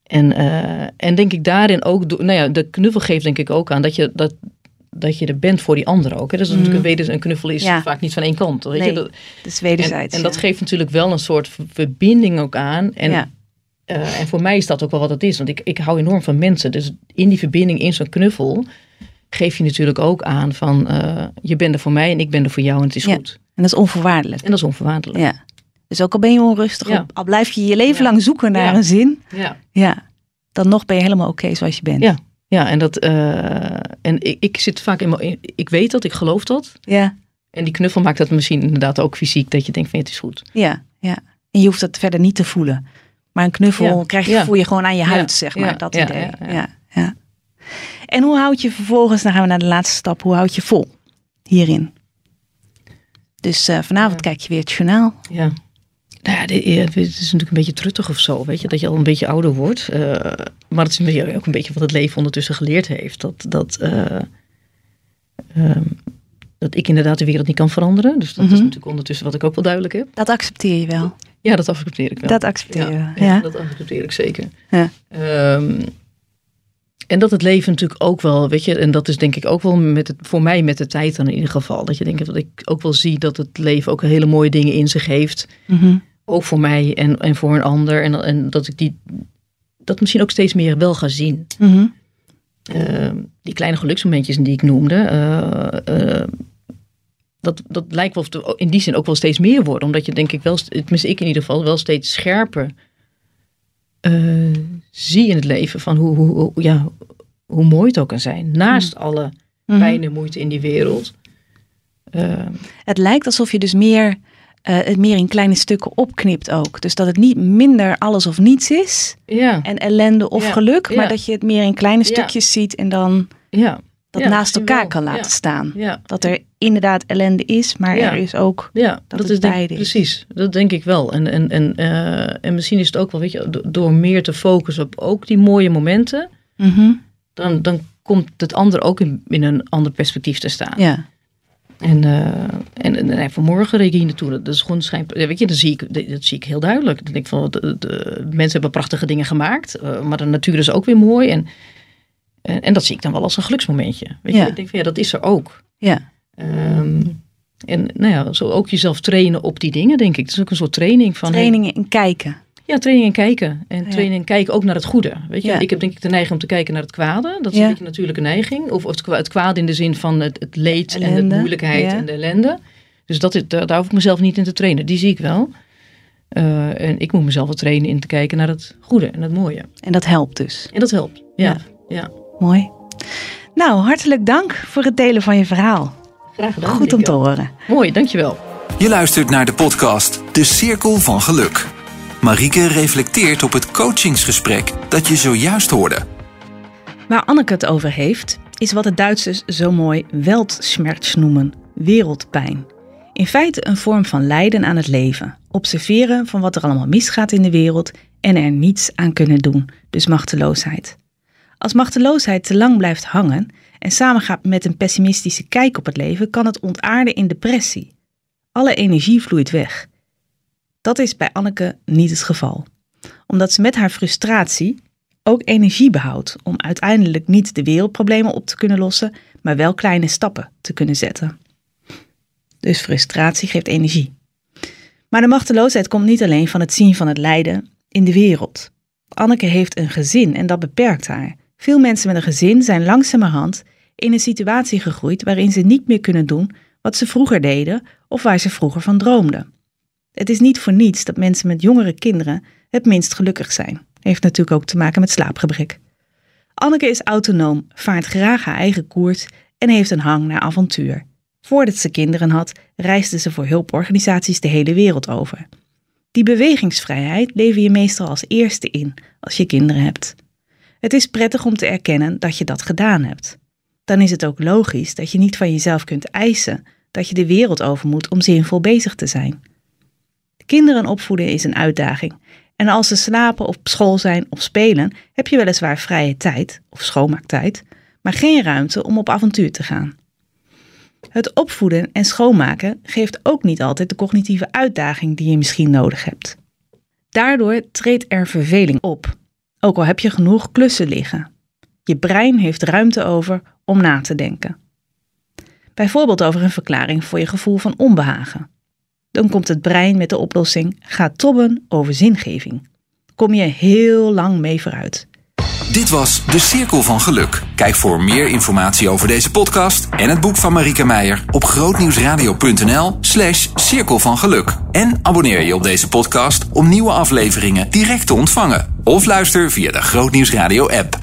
Speaker 3: En, eh, en denk ik daarin ook, do- nou ja, de knuffel geeft denk ik ook aan dat je, dat, dat je er bent voor die ander ook. Hè? Dat is natuurlijk
Speaker 4: Mhm.
Speaker 3: een, weder, een knuffel is
Speaker 4: Ja.
Speaker 3: vaak niet van één kant. Weet
Speaker 4: Nee,
Speaker 3: je? Dat,
Speaker 4: Dus
Speaker 3: En,
Speaker 4: wederzijds.
Speaker 3: en dat
Speaker 4: ja.
Speaker 3: geeft natuurlijk wel een soort v- verbinding ook aan. En,
Speaker 4: Ja.
Speaker 3: eh, en voor mij is dat ook wel wat het is. Want ik, ik hou enorm van mensen. Dus in die verbinding, in zo'n knuffel, geef je natuurlijk ook aan van... eh, je bent er voor mij en ik ben er voor jou en het is
Speaker 4: Ja.
Speaker 3: goed.
Speaker 4: En dat is onvoorwaardelijk.
Speaker 3: En dat is onverwaardelijk.
Speaker 4: Ja. Dus ook al ben je onrustig,
Speaker 3: Ja.
Speaker 4: al- al blijf je je leven
Speaker 3: Ja.
Speaker 4: lang zoeken naar
Speaker 3: Ja.
Speaker 4: een zin,
Speaker 3: Ja. ja.
Speaker 4: ja, dan nog ben je helemaal oké zoals je bent.
Speaker 3: Ja. en, dat, eh, en ik, ik zit vaak in, mijn- Ik weet dat, ik geloof dat.
Speaker 4: ja,
Speaker 3: En die knuffel maakt dat misschien inderdaad ook fysiek. Dat je denkt van ja, het is goed.
Speaker 4: ja. ja. En je hoeft dat verder niet te voelen. Maar een knuffel
Speaker 3: Ja.
Speaker 4: krijg je,
Speaker 3: Ja.
Speaker 4: voel je gewoon aan je
Speaker 3: Ja.
Speaker 4: huid, zeg maar.
Speaker 3: Ja.
Speaker 4: Dat
Speaker 3: Ja,
Speaker 4: idee. Ja.
Speaker 3: ja, ja.
Speaker 4: Ja. En hoe houd je vervolgens, dan gaan we naar de laatste stap, hoe houd je vol hierin? Dus eh, vanavond kijk je weer het journaal.
Speaker 3: Ja. Nou ja, de- ja, het is natuurlijk een beetje truttig of zo, weet je, dat je al een beetje ouder wordt. Eh, maar het is een beetje- ook een beetje wat het leven ondertussen geleerd heeft. Dat, dat, eh, ehm, dat ik inderdaad de wereld niet kan veranderen. Dus dat is natuurlijk ondertussen wat ik ook wel duidelijk heb.
Speaker 4: Dat accepteer je wel.
Speaker 3: Ja, dat accepteer ik wel.
Speaker 4: Dat accepteer je
Speaker 3: ja,
Speaker 4: wel.
Speaker 3: ja,
Speaker 4: Ja.
Speaker 3: dat accepteer ik zeker.
Speaker 4: Ja.
Speaker 3: Ehm, en dat het leven natuurlijk ook wel, weet je, en dat is denk ik ook wel met het, voor mij met de tijd dan in ieder geval. Dat je denkt dat ik ook wel zie dat het leven ook hele mooie dingen in zich heeft
Speaker 4: Mhm.
Speaker 3: ook voor mij en, en voor een ander. En, en dat ik die, dat misschien ook steeds meer wel ga zien.
Speaker 4: Mhm.
Speaker 3: Eh, die kleine geluksmomentjes die ik noemde. eh, eh, dat, dat lijkt wel of er in die zin ook wel steeds meer worden. Omdat je denk ik wel, st- tenminste ik in ieder geval, wel steeds scherper eh, zie in het leven. Van hoe, hoe, hoe- ja, hoe mooi het ook kan zijn. Naast alle
Speaker 4: Mhm.
Speaker 3: pijn en moeite in die wereld. Eh,
Speaker 4: Het lijkt alsof je dus meer, eh, het meer in kleine stukken opknipt ook. Dus dat het niet minder alles of niets is
Speaker 3: ja,
Speaker 4: en ellende of
Speaker 3: Ja,
Speaker 4: geluk, maar
Speaker 3: ja.
Speaker 4: dat je het meer in kleine
Speaker 3: Ja.
Speaker 4: stukjes ziet en dan
Speaker 3: ja.
Speaker 4: dat
Speaker 3: Ja,
Speaker 4: naast
Speaker 3: misschien
Speaker 4: elkaar
Speaker 3: wel.
Speaker 4: kan laten
Speaker 3: Ja,
Speaker 4: staan.
Speaker 3: ja.
Speaker 4: Dat er inderdaad ellende is, maar
Speaker 3: Ja.
Speaker 4: er is ook.
Speaker 3: Ja, dat,
Speaker 4: het
Speaker 3: is denk,
Speaker 4: beide is.
Speaker 3: Precies, dat denk ik wel. En, en, en, eh, en misschien is het ook wel, weet je, do- door meer te focussen op ook die mooie momenten,
Speaker 4: Mhm.
Speaker 3: dan, dan komt het ander ook in, in een ander perspectief te staan.
Speaker 4: Ja.
Speaker 3: En, eh, en, en, en vanmorgen reed ik hier naartoe, dat is gewoon schijn, ja, weet je, dat zie ik, dat, dat zie ik heel duidelijk. Dan denk ik van, de, de- mensen hebben prachtige dingen gemaakt, eh, maar de natuur is ook weer mooi. En, en, en dat zie ik dan wel als een geluksmomentje. Weet
Speaker 4: Ja.
Speaker 3: je, ik denk van, ja, dat is er ook.
Speaker 4: ja.
Speaker 3: Ehm, en nou ja, zo ook jezelf trainen op die dingen, denk ik. Het is ook een soort training van. hey,
Speaker 4: Trainingen in kijken.
Speaker 3: ja, training en kijken. En
Speaker 4: Ja.
Speaker 3: training en kijken ook naar het goede. Weet je,
Speaker 4: Ja.
Speaker 3: ik heb denk ik de neiging om te kijken naar het kwade. Dat is
Speaker 4: Ja.
Speaker 3: een beetje een natuurlijke neiging. Of, of het kwa- het kwade in de zin van het, het leed en
Speaker 4: Ellende,
Speaker 3: de moeilijkheid
Speaker 4: ja.
Speaker 3: en de ellende. Dus dat is, daar, daar hoef ik mezelf niet in te trainen. Die zie ik wel. Eh, en ik moet mezelf wel trainen in te kijken naar het goede en het mooie.
Speaker 4: En dat helpt dus.
Speaker 3: En dat helpt.
Speaker 4: Ja.
Speaker 3: Ja, ja.
Speaker 4: Mooi. Nou, hartelijk dank voor het delen van je verhaal.
Speaker 3: graag gedaan.
Speaker 4: Goed om
Speaker 3: Marieke.
Speaker 4: te horen.
Speaker 3: Mooi, dankjewel.
Speaker 1: Je luistert naar de podcast De Cirkel van Geluk. Marieke reflecteert op het coachingsgesprek dat je zojuist hoorde.
Speaker 4: Waar Anneke het over heeft, is wat de Duitsers zo mooi Weltschmerz noemen, wereldpijn. In feite een vorm van lijden aan het leven. Observeren van wat er allemaal misgaat in de wereld en er niets aan kunnen doen, dus machteloosheid. Als machteloosheid te lang blijft hangen en samengaat met een pessimistische kijk op het leven, kan het ontaarden in depressie. Alle energie vloeit weg. Dat is bij Anneke niet het geval, omdat ze met haar frustratie ook energie behoudt om uiteindelijk niet de wereldproblemen op te kunnen lossen, maar wel kleine stappen te kunnen zetten. Dus frustratie geeft energie. Maar de machteloosheid komt niet alleen van het zien van het lijden in de wereld. Anneke heeft een gezin en dat beperkt haar. Veel mensen met een gezin zijn langzamerhand in een situatie gegroeid waarin ze niet meer kunnen doen wat ze vroeger deden of waar ze vroeger van droomden. Het is niet voor niets dat mensen met jongere kinderen het minst gelukkig zijn. Heeft natuurlijk ook te maken met slaapgebrek. Anneke is autonoom, vaart graag haar eigen koers en heeft een hang naar avontuur. Voordat ze kinderen had, reisde ze voor hulporganisaties de hele wereld over. Die bewegingsvrijheid lever je meestal als eerste in als je kinderen hebt. Het is prettig om te erkennen dat je dat gedaan hebt. Dan is het ook logisch dat je niet van jezelf kunt eisen dat je de wereld over moet om zinvol bezig te zijn. Kinderen opvoeden is een uitdaging. En als ze slapen of op school zijn of spelen, heb je weliswaar vrije tijd of schoonmaaktijd, maar geen ruimte om op avontuur te gaan. Het opvoeden en schoonmaken geeft ook niet altijd de cognitieve uitdaging die je misschien nodig hebt. Daardoor treedt er verveling op, ook al heb je genoeg klussen liggen. Je brein heeft ruimte over om na te denken. Bijvoorbeeld over een verklaring voor je gevoel van onbehagen. Dan komt het brein met de oplossing: ga tobben over zingeving. Kom je heel lang mee vooruit.
Speaker 1: Dit was De Cirkel van Geluk. Kijk voor meer informatie over deze podcast en het boek van Marieke Meijer op grootnieuwsradio.nl slash cirkel van geluk. En abonneer je op deze podcast om nieuwe afleveringen direct te ontvangen. Of luister via de Grootnieuwsradio app.